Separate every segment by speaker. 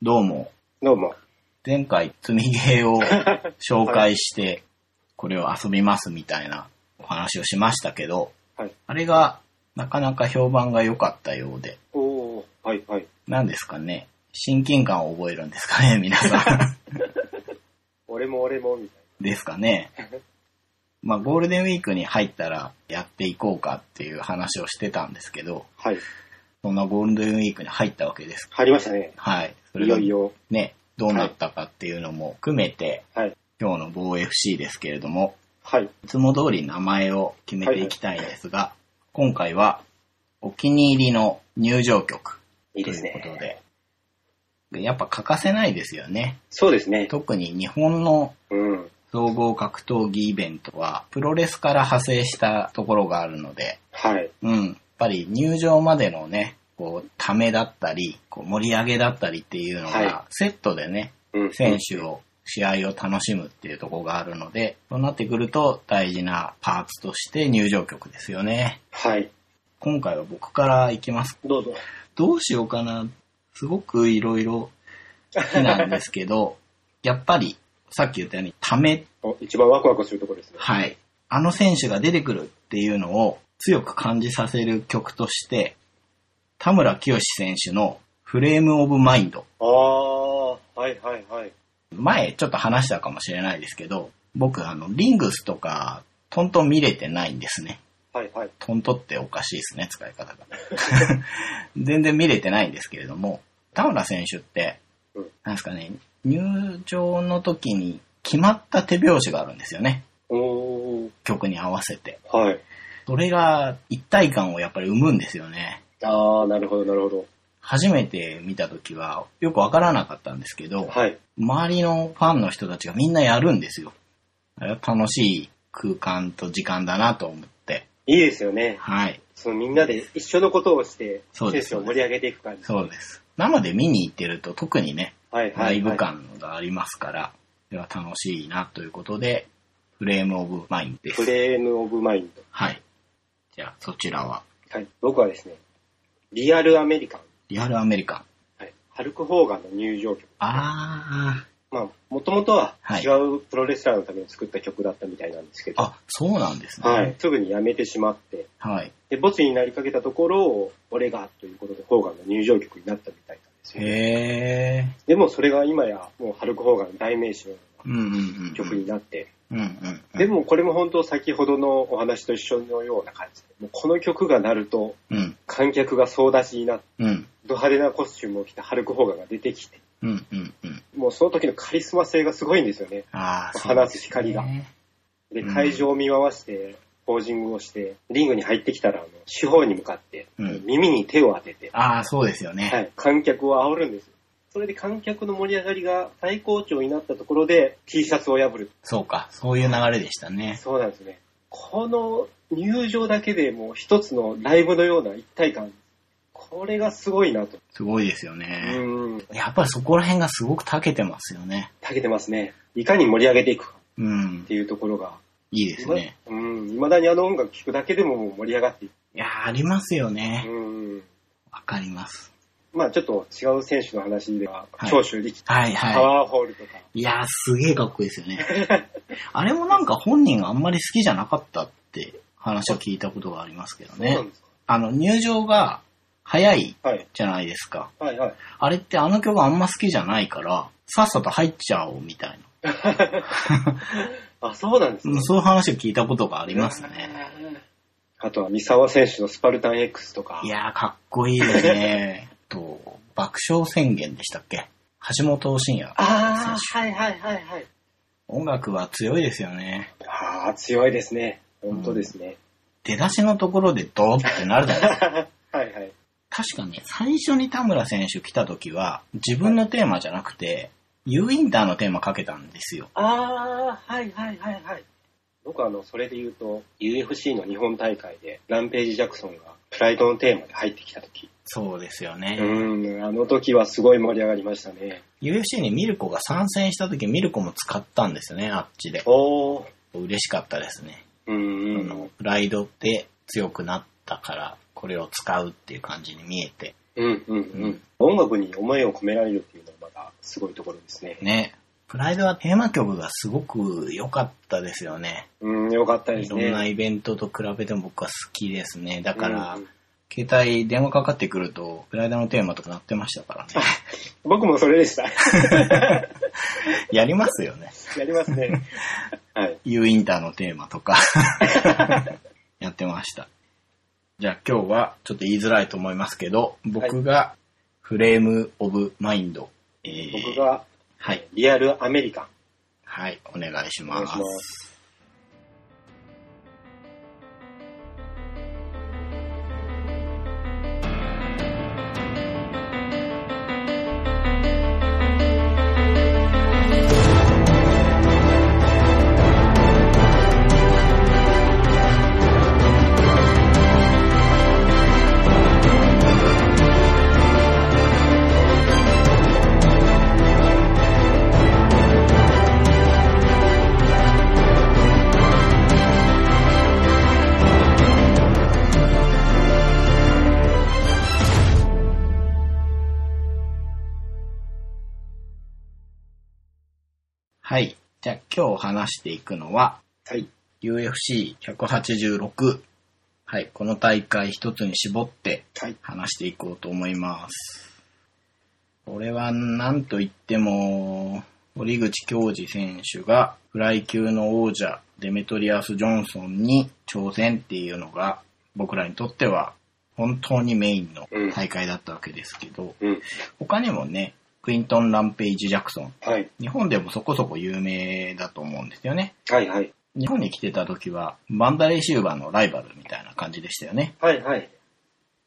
Speaker 1: どうも、
Speaker 2: どうも。
Speaker 1: 前回、積みゲーを紹介 して、これを遊びますみたいなお話をしましたけど、
Speaker 2: はい。
Speaker 1: あれが、なかなか評判が良かったようで、
Speaker 2: おー、はい、はい。
Speaker 1: 何ですかね親近感を覚えるんですか ね皆さ
Speaker 2: 俺も俺も、みたい
Speaker 1: ん。ですかねまあ、ゴールデンウィークに入ったらやっていこうかっていう話をしてたんですけど、
Speaker 2: な。はい。
Speaker 1: そんなゴールデンウィークに入ったわけです。
Speaker 2: 入りましたね。
Speaker 1: はい。それ
Speaker 2: い
Speaker 1: が
Speaker 2: よいよ。
Speaker 1: ね、どうなったかっていうのも含めて、
Speaker 2: はい。
Speaker 1: 今日の BOFC ですけれども、
Speaker 2: はい。
Speaker 1: いつも通り名前を決めていきたいんですが、今回はお気に入りの入場曲
Speaker 2: いい
Speaker 1: と
Speaker 2: で
Speaker 1: い
Speaker 2: す
Speaker 1: うこと
Speaker 2: ね。
Speaker 1: で、やっぱ欠かせないですよね。
Speaker 2: そうですね。
Speaker 1: 特に日本の
Speaker 2: うん。
Speaker 1: 総合格闘技イベントは、プロレスから派生したところがあるので、
Speaker 2: はい。
Speaker 1: うん、やっぱり入場までのね、こう、ためだったり、こう盛り上げだったりっていうの
Speaker 2: は
Speaker 1: が、セットでね、
Speaker 2: うん。
Speaker 1: 選手を、試合を楽しむっていうところがあるので、そうなってくると大事なパーツとして入場曲ですよね。
Speaker 2: はい。
Speaker 1: 今回は僕から行きます。
Speaker 2: どうぞ。
Speaker 1: どうしようかな。すごくいろいろ好きなんですけど、 やっぱり、さっき言ったように、ため、
Speaker 2: お一番ワクワクするところですね。
Speaker 1: はい。あの選手が出てくるっていうのを強く感じさせる曲として、田村清志選手のフレームオブマインド。
Speaker 2: あー、はい、はい、はい。
Speaker 1: 前ちょっと話したかもしれないですけど、僕あの、リングスとか、トントン見れてないんですね。
Speaker 2: はい、はい。
Speaker 1: トントっておかしいですね、使い 方が。全然見れてないんですけれども、田村選手って
Speaker 2: うん、
Speaker 1: なんですかね、入場の時に決まった手拍子があるんですよね。
Speaker 2: おー、
Speaker 1: 曲に合わせて。
Speaker 2: はい。
Speaker 1: それが一体感をやっぱり生むんですよね。
Speaker 2: あー、なるほど、なるほど。
Speaker 1: 初めて見た時はよくわからなかったんですけど、
Speaker 2: はい。
Speaker 1: 周りのファンの人たちがみんなやるんですよ。あれは楽しい空間と時間だなと思って。
Speaker 2: いいですよね。
Speaker 1: はい。
Speaker 2: そのみんなで一緒のことをして、
Speaker 1: そう
Speaker 2: 選
Speaker 1: です
Speaker 2: 手を盛り上げていく感じ。
Speaker 1: そうです。なので見に行ってると特にね、
Speaker 2: はい、は
Speaker 1: ラ
Speaker 2: い。
Speaker 1: イ
Speaker 2: は
Speaker 1: ブ
Speaker 2: い。
Speaker 1: 感がありますから、それは楽しいなということで、フレームオブマインドで
Speaker 2: フ
Speaker 1: す。
Speaker 2: レームオブマインド。
Speaker 1: はい。じゃあそちらは、
Speaker 2: はい。僕はですね、リアルアメリカン。
Speaker 1: リアルアメリカン。
Speaker 2: はい。ハルク・ホーガンの入場曲。
Speaker 1: あ
Speaker 2: まあ、もともとは
Speaker 1: はい
Speaker 2: 違うプロレスラーのために作った曲だったみたいなんですけ
Speaker 1: ー。
Speaker 2: ど、
Speaker 1: あ、そうなんですね。
Speaker 2: はい。。すぐに辞めてしまって、
Speaker 1: はい。
Speaker 2: で、ボツになりかけたところを、俺がということで、ホーガンの入場曲になったみたいなんですよ、
Speaker 1: へ
Speaker 2: ね。
Speaker 1: ー。
Speaker 2: でもそれが今や、もうハルク・ホーガンの代名詞のよう
Speaker 1: うんうんうんうん。
Speaker 2: な曲になって、
Speaker 1: うんうんうん。
Speaker 2: でもこれも本当先ほどのお話と一緒のような感じで、もうこの曲が鳴ると、
Speaker 1: うん。
Speaker 2: 観客が総出しになって、
Speaker 1: うん。
Speaker 2: ド派手なコスチュームを着たハルク・ホーガンが出てきて、
Speaker 1: うんうんうん。
Speaker 2: もうその時のカリスマ性がすごいんですよね。
Speaker 1: ああ、
Speaker 2: 放つ光が
Speaker 1: そうですね
Speaker 2: で、
Speaker 1: うん
Speaker 2: 会場を見回して、ポージングをして、リングに入ってきたら、あの四方に向かって、
Speaker 1: うん
Speaker 2: 耳に手を当てて、
Speaker 1: ああ、そうですよね。
Speaker 2: はい、観客を煽るんですよ。それで観客の盛り上がりが最高潮になったところで、T シャツを破る。
Speaker 1: そうか、そういう流れでしたね。
Speaker 2: そうなんですね。この入場だけでもう一つのライブのような一体感。これがすごいなと。
Speaker 1: すごいですよ
Speaker 2: う
Speaker 1: ね。
Speaker 2: ん、
Speaker 1: やっぱりそこら辺がすごく長けてますよね。
Speaker 2: たけてますね。いかに盛り上げていくか
Speaker 1: うん
Speaker 2: っ。ていうところが。
Speaker 1: いいですね。
Speaker 2: うん、未だにあの音楽聴くだけでももう盛り上がっていく。
Speaker 1: いやー、ありますよね。
Speaker 2: うん
Speaker 1: わかります。
Speaker 2: まあちょっと違う選手の話では、
Speaker 1: はい
Speaker 2: 長州力、
Speaker 1: はい
Speaker 2: パ
Speaker 1: は
Speaker 2: ワーホールとか、
Speaker 1: い。いやー、すげえかっこいいですよね。あれもなんか本人があんまり好きじゃなかったって話を聞いたことがありますけど
Speaker 2: そう
Speaker 1: ね
Speaker 2: なん。ですか。
Speaker 1: あの、入場が早い
Speaker 2: はい。
Speaker 1: じゃないですか。
Speaker 2: はいはい。
Speaker 1: あれってあの曲あんま好きじゃないから、さっさと入っちゃおうみたいな。
Speaker 2: あ、そうなんです
Speaker 1: うん
Speaker 2: ね。
Speaker 1: そういう話を聞いたことがありますね。
Speaker 2: ね。あとは、三沢選手のスパルタン X とか
Speaker 1: い、やー、かっこいいですね。 と、爆笑宣言でしたっけ橋本真也。
Speaker 2: ああ、はいはいはいはい。
Speaker 1: 音楽は強いですよね。
Speaker 2: ああ、強いですね。本当ですね。
Speaker 1: 出だしのところでドーってなるじゃない ですか。
Speaker 2: はいはい。
Speaker 1: 確かに、最初に田村選手来た時は、自分のテーマじゃなくて、U インターのテーマかけたんですよ。
Speaker 2: ああ、はいはいはいはい。僕あの、それで言うと、UFC の日本大会で、ランページ・ジャクソンが、プライドのテーマで入ってきた時。
Speaker 1: そうですよ
Speaker 2: う
Speaker 1: ね。
Speaker 2: ん、あの時はすごい盛り上がりましたね。
Speaker 1: UFC にミルコが参戦した時、ミルコも使ったんですよね、あっちで。
Speaker 2: おー。
Speaker 1: 嬉しかったですね。
Speaker 2: うん
Speaker 1: あのプライドって強くなったから、これを使うっていう感じに見えて。
Speaker 2: うんうん
Speaker 1: う
Speaker 2: う
Speaker 1: ん
Speaker 2: ん。音楽に思いを込められるっていうのはまたすごいところですね。
Speaker 1: ね。プライドはテーマ曲がすごく良かったですよね。
Speaker 2: うん、よかったで
Speaker 1: い
Speaker 2: す
Speaker 1: ろんな
Speaker 2: ね。
Speaker 1: イベントと比べても僕は好きですね。だから、
Speaker 2: うん
Speaker 1: 携帯電話かかってくると、プライドのテーマとかなってましたから ね。
Speaker 2: 僕もそれでした。
Speaker 1: やりますよね。
Speaker 2: やります ね。はい。
Speaker 1: U インターのテーマと か、やってました。じゃあ今日はちょっと言いづらいと思いますけど、僕がフレームオブマインド。えー
Speaker 2: 僕が、
Speaker 1: はい。
Speaker 2: リアルアメリカン。
Speaker 1: はい、お願いし
Speaker 2: お
Speaker 1: ま
Speaker 2: 願いし
Speaker 1: す。
Speaker 2: ます。
Speaker 1: はい。じゃあ今日話していくのは、
Speaker 2: はい。
Speaker 1: UFC186。はい、この大会一つに絞って
Speaker 2: はい。
Speaker 1: 話していこうと思います。これは何と言っても、堀口恭司選手がフライ級の王者デメトリアス・ジョンソンに挑戦っていうのが僕らにとっては本当にメインの大会だったわけですけど、
Speaker 2: うん。
Speaker 1: 他にもね、クリントン・ランペイジ・ジャクソン、
Speaker 2: はい。
Speaker 1: 日本でもそこそこ有名だと思うんですよね。
Speaker 2: はいはい。
Speaker 1: 日本に来てた時はバンダレーシューバーのライバルみたいな感じでしたよね。
Speaker 2: はいはい。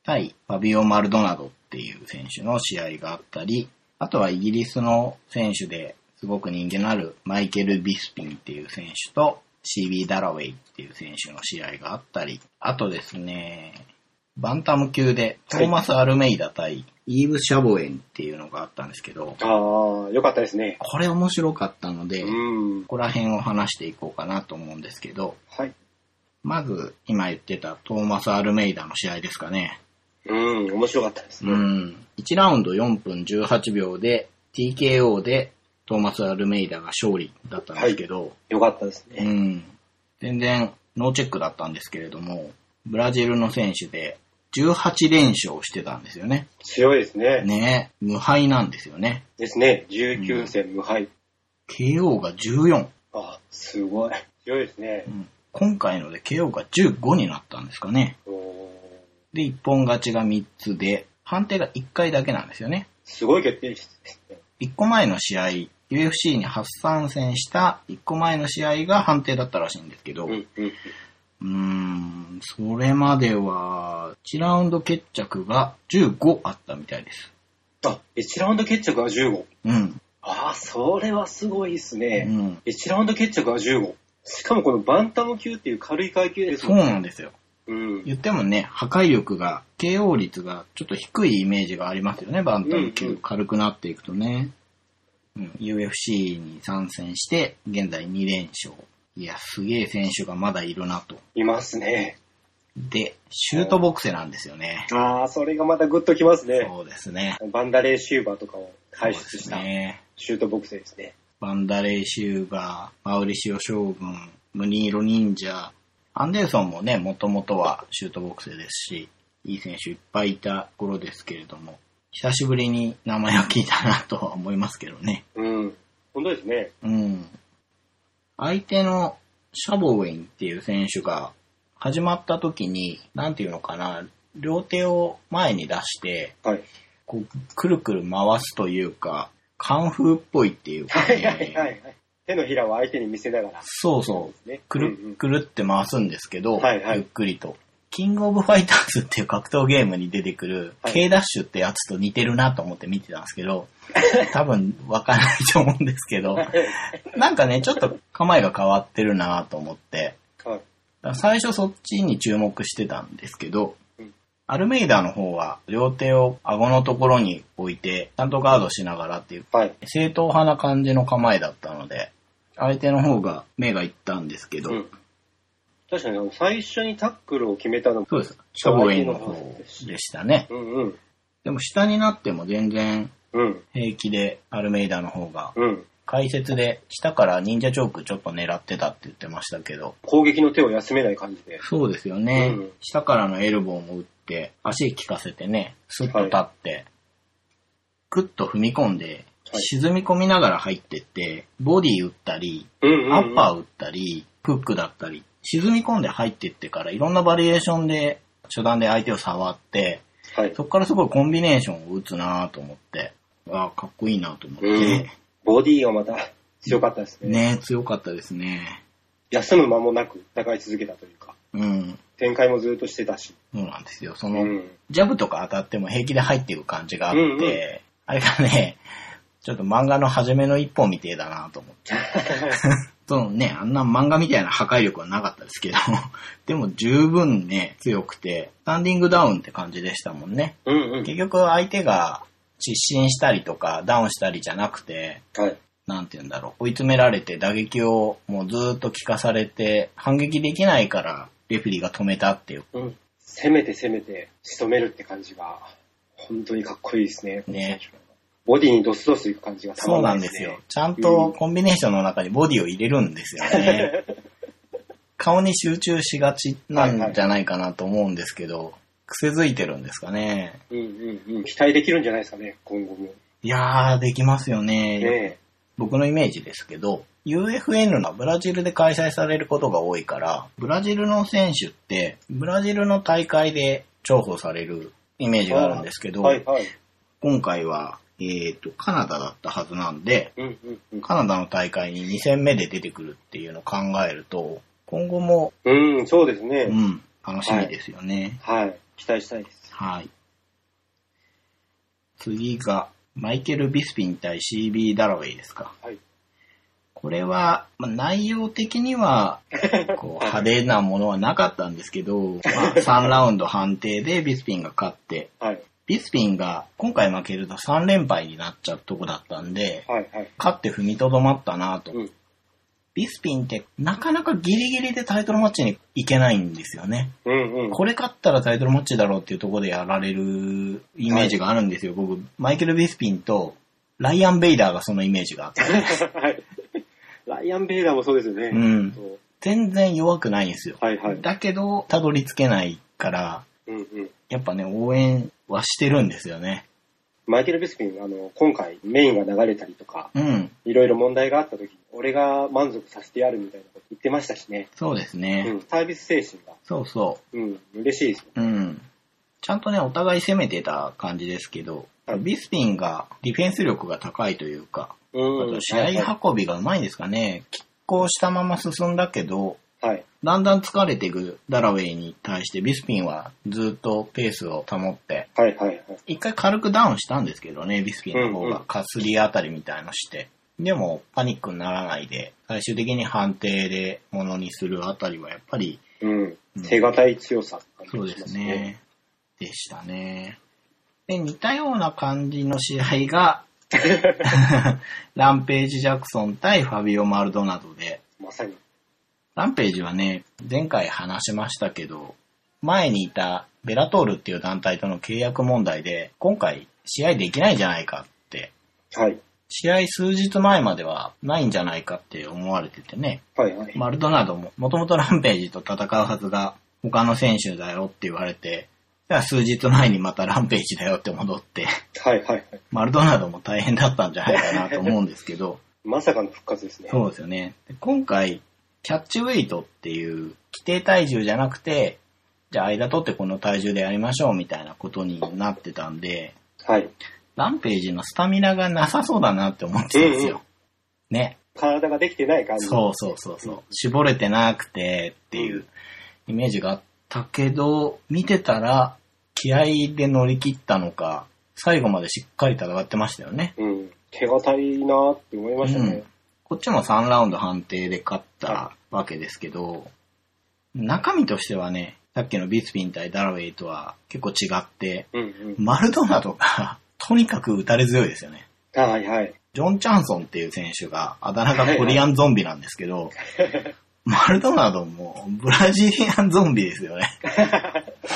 Speaker 1: 対ファビオ・マルドナドっていう選手の試合があったり、あとはイギリスの選手ですごく人気のあるマイケル・ビスピンっていう選手と CB ・ダラウェイっていう選手の試合があったり、あとですね、バンタム級でトーマス・アルメイダ対イーブ・シャボエンっていうのがあったんですけど、
Speaker 2: ああ、よかったですね。
Speaker 1: これ面白かったので、
Speaker 2: う
Speaker 1: こ
Speaker 2: ん。
Speaker 1: こら辺を話していこうかなと思うんですけど、
Speaker 2: はい。
Speaker 1: まず今言ってたトーマス・アルメイダの試合ですかね。
Speaker 2: うん、面白かったです
Speaker 1: う
Speaker 2: ね。
Speaker 1: ん。1ラウンド4分18秒で TKO でトーマス・アルメイダが勝利だったんですけど、
Speaker 2: よかったです
Speaker 1: う
Speaker 2: ね。
Speaker 1: ん。全然ノーチェックだったんですけれども、ブラジルの選手で18連勝してたんですよね。
Speaker 2: 強いですね。
Speaker 1: ねえ無敗なんですよね。
Speaker 2: ですね。19戦無敗。
Speaker 1: KO が14。
Speaker 2: あ、すごい。強いですね
Speaker 1: う。ん今回ので KO が15になったんですかね。
Speaker 2: おー
Speaker 1: で、一本勝ちが3つで、判定が1回だけなんですよね。
Speaker 2: すごい決定率ですね。
Speaker 1: 一個前の試合、UFC に初参戦した一個前の試合が判定だったらしいんですけど、
Speaker 2: う、
Speaker 1: うん
Speaker 2: う
Speaker 1: ー
Speaker 2: ん。
Speaker 1: ん、それまでは、1ラウンド決着が15あったみたいです。
Speaker 2: あ、1ラウンド決着は15。
Speaker 1: うん。
Speaker 2: ああ、それはすごいです
Speaker 1: う
Speaker 2: ね。
Speaker 1: ん。
Speaker 2: 1ラウンド決着は15。しかもこのバンタム級っていう軽い階級です
Speaker 1: そう
Speaker 2: もんね。
Speaker 1: なんですよ。
Speaker 2: うん。
Speaker 1: 言ってもね、破壊力が、KO 率がちょっと低いイメージがありますよね、バンタム
Speaker 2: うんう
Speaker 1: 級。
Speaker 2: ん
Speaker 1: 軽くなっていくとね。うん、UFC に参戦して、現在2連勝。いや、すげえ選手がまだいるなと。
Speaker 2: いますね。
Speaker 1: で、シュートボクセなんですよね。
Speaker 2: ああ、それがまたグッときますね。
Speaker 1: そうですね。
Speaker 2: バンダレーシューバーとかを輩
Speaker 1: そう
Speaker 2: 出
Speaker 1: で
Speaker 2: し
Speaker 1: す
Speaker 2: た
Speaker 1: ね。
Speaker 2: シュートボクセですね。
Speaker 1: バンダレーシューバー、マウリシオ将軍、ムニーロ忍者、アンデルソンもね、もともとはシュートボクセですし、いい選手いっぱいいた頃ですけれども、久しぶりに名前を聞いたなとは思いますけどね。
Speaker 2: うん。本当ですね。
Speaker 1: うん。相手のシャボウェインっていう選手が始まった時に、なんていうのかな、両手を前に出して、
Speaker 2: はい。
Speaker 1: こう、くるくる回すというか、カンフーっぽいっていうか、
Speaker 2: はいはいはいは
Speaker 1: ね、
Speaker 2: い。手のひらを相手に見せながら。
Speaker 1: そうそう、
Speaker 2: ね。
Speaker 1: く
Speaker 2: うんう
Speaker 1: る
Speaker 2: ん、
Speaker 1: くるって回すんですけど、
Speaker 2: はいはい
Speaker 1: ゆっくりと。キングオブファイターズっていう格闘ゲームに出てくる、
Speaker 2: はい
Speaker 1: K ダッシュってやつと似てるなと思って見てたんですけ ど、多分わからないと思うんですけど、なんかね、ちょっと構えが変わってるなと思って、だ
Speaker 2: はい。
Speaker 1: から最初そっちに注目してたんですけど
Speaker 2: うん、
Speaker 1: アルメイダの方は両手を顎のところに置いて、ちゃんとガードしながらっていう、
Speaker 2: はい。
Speaker 1: 正当派な感じの構えだったので、相手の方が目がいったんですけど、
Speaker 2: うん。確かにあの、最初にタックルを決めたのも
Speaker 1: そうです。シャボウェイの方でしたね。
Speaker 2: うんうん。
Speaker 1: でも下になっても全然
Speaker 2: うん、
Speaker 1: 平気でアルメイダの方が、
Speaker 2: うん。
Speaker 1: 解説で下から忍者チョークちょっと狙ってたって言ってましたけど、
Speaker 2: 攻撃の手を休めない感じで。
Speaker 1: そうですよね。
Speaker 2: うん
Speaker 1: 下からのエルボーも打って、足効かせてね、スッと立って、クッと踏み込んで、
Speaker 2: はい
Speaker 1: 沈み込みながら入ってって、ボディ打ったり、
Speaker 2: うんうん、うん。
Speaker 1: アッパー打ったり、フックだったり、沈み込んで入ってってから、いろんなバリエーションで、初段で相手を触って、
Speaker 2: はい。
Speaker 1: そこからすごいコンビネーションを打つなぁと思って、ああ、かっこいいなぁと思って、
Speaker 2: うんボディーがまた強かったですね。
Speaker 1: ね強かったですね。
Speaker 2: 休む間もなく戦い続けたというか、
Speaker 1: うん。
Speaker 2: 展開もずっとしてたし。
Speaker 1: そうなんですよ。そうの、
Speaker 2: ん。
Speaker 1: ジャブとか当たっても平気で入っていく感じがあって、
Speaker 2: うんうん
Speaker 1: あれがね、ちょっと漫画の初めの一本みてえだなと思って。 そのね、あんな漫画みたいな破壊力はなかったですけど、 でも十分ね、強くて、スタンディングダウンって感じでしたもんね。
Speaker 2: うんうん。
Speaker 1: 結局相手が失神したりとかダウンしたりじゃなくて、
Speaker 2: はい。
Speaker 1: なんて言うんだろう、追い詰められて打撃をもうずーっと効かされて、反撃できないから、レフェリーが止めたっていう
Speaker 2: うん。攻めて攻めて仕留めるって感じが、本当にかっこいいですね。
Speaker 1: ね
Speaker 2: ボディにドスドスいく感じがた
Speaker 1: そ
Speaker 2: ま
Speaker 1: うんな
Speaker 2: ない
Speaker 1: ん
Speaker 2: で
Speaker 1: ですす
Speaker 2: ね
Speaker 1: よ。。ちゃんとコンビネーションの中にボディを入れるんですよね。 顔に集中しがちなんじゃないかなと思うんですけど、癖づいてるんですかね。
Speaker 2: うんうんうん。期待できるんじゃないですかね、今後も。
Speaker 1: いやー、できますよね。
Speaker 2: ね
Speaker 1: 僕のイメージですけど、UFN がブラジルで開催されることが多いから、ブラジルの選手って、ブラジルの大会で重宝されるイメージがあるんですけど、
Speaker 2: はいはい。
Speaker 1: 今回は、えっ、と、カナダだったはずなんで、
Speaker 2: うんうんうん。
Speaker 1: カナダの大会に2戦目で出てくるっていうのを考えると、今後も、
Speaker 2: うん、そうですね。
Speaker 1: うん、楽しみですよね。
Speaker 2: はい。期待したいです。
Speaker 1: はい。次が、マイケル・ビスピン対 CB ・ダラウェイですか。
Speaker 2: はい。
Speaker 1: これは、まあ、内容的には、こう、 派手なものはなかったんですけど、まあ、3ラウンド判定でビスピンが勝って、
Speaker 2: はい。
Speaker 1: ビスピンが今回負けると3連敗になっちゃうとこだったんで、
Speaker 2: はいはい。
Speaker 1: 勝って踏みとどまったなと
Speaker 2: うん。
Speaker 1: ビスピンってなかなかギリギリでタイトルマッチに行けないんですよね。
Speaker 2: うんうん。
Speaker 1: これ勝ったらタイトルマッチだろうっていうところでやられるイメージがあるんですよ。僕、マイケル・ビスピンとライアン・ベイダーがそのイメージがあって。
Speaker 2: はい。 ライアン・ベイダーもそうですよね。
Speaker 1: うん
Speaker 2: そう
Speaker 1: 全然弱くないんですよ。
Speaker 2: はいはい。
Speaker 1: だけど、たどり着けないから、
Speaker 2: うんうん。
Speaker 1: やっぱね、応援はしてるんですよね。
Speaker 2: マイケル・ビスピン、あの、今回メインが流れたりとか、
Speaker 1: うん。
Speaker 2: いろいろ問題があった時に、俺が満足させてやるみたいなこと言ってましたしね。
Speaker 1: そうです
Speaker 2: う
Speaker 1: ね。
Speaker 2: ん。サービス精神が、
Speaker 1: そうそ
Speaker 2: うん、嬉しいですよ。
Speaker 1: う。うん。ちゃんとね、お互い攻めてた感じですけど、
Speaker 2: はい
Speaker 1: ビスピンがディフェンス力が高いというか、あ
Speaker 2: う
Speaker 1: と
Speaker 2: ん。
Speaker 1: 試合運びがうまいんですかね。拮抗したまま進んだけど、
Speaker 2: はい。
Speaker 1: だんだん疲れていくダラウェイに対してビスピンはずっとペースを保って、
Speaker 2: はいはいはい。
Speaker 1: 一回軽くダウンしたんですけどね、ビスピンの方
Speaker 2: うんう
Speaker 1: が
Speaker 2: ん
Speaker 1: かすりあたりみたいのして。でもパニックにならないで、最終的に判定でものにするあたりはやっぱり
Speaker 2: うん
Speaker 1: うん。
Speaker 2: 手堅い強さって感じ
Speaker 1: そう
Speaker 2: が
Speaker 1: で
Speaker 2: しますす
Speaker 1: ね。でしたね。で、似たような感じの試合 が、ランページ・ジャクソン対ファビオ・マルドナドで、
Speaker 2: まさに。
Speaker 1: ランページはね、前回話しましたけど、前にいたベラトールっていう団体との契約問題で、今回試合できないんじゃないかって、
Speaker 2: はい。
Speaker 1: 試合数日前まではないんじゃないかって思われててね、
Speaker 2: はいはい。
Speaker 1: マルドナードも、もともとランページと戦うはずが、他の選手だよって言われて、じゃあ数日前にまたランページだよって戻って、
Speaker 2: はいはいはい。
Speaker 1: マルドナードも大変だったんじゃないかなと思うんですけ ど、
Speaker 2: まさかの復活ですね。
Speaker 1: そうですよね。で今回、キャッチウェイトっていう、規定体重じゃなくて、じゃあ間取ってこの体重でやりましょうみたいなことになってたんで、
Speaker 2: はい。
Speaker 1: ランページのスタミナがなさそうだなって思ってたんですよ。ね。
Speaker 2: 体ができてない感じ。
Speaker 1: そうそうそうそう。絞れてなくてっていうイメージがあったけど、見てたら気合で乗り切ったのか、最後までしっかり戦ってましたよね。
Speaker 2: うん。手堅いなーって思いましたね。
Speaker 1: こっちも3ラウンド判定で勝ったわけですけど、中身としてはね、さっきのビスピン対ダラウェイとは結構違って、
Speaker 2: うんうん。
Speaker 1: マルドナドがとにかく打たれ強いですよね。
Speaker 2: はいはい。
Speaker 1: ジョン・チャンソンっていう選手が、あだ名がコリアンゾンビなんですけど、マルドナドもブラジリアンゾンビですよね。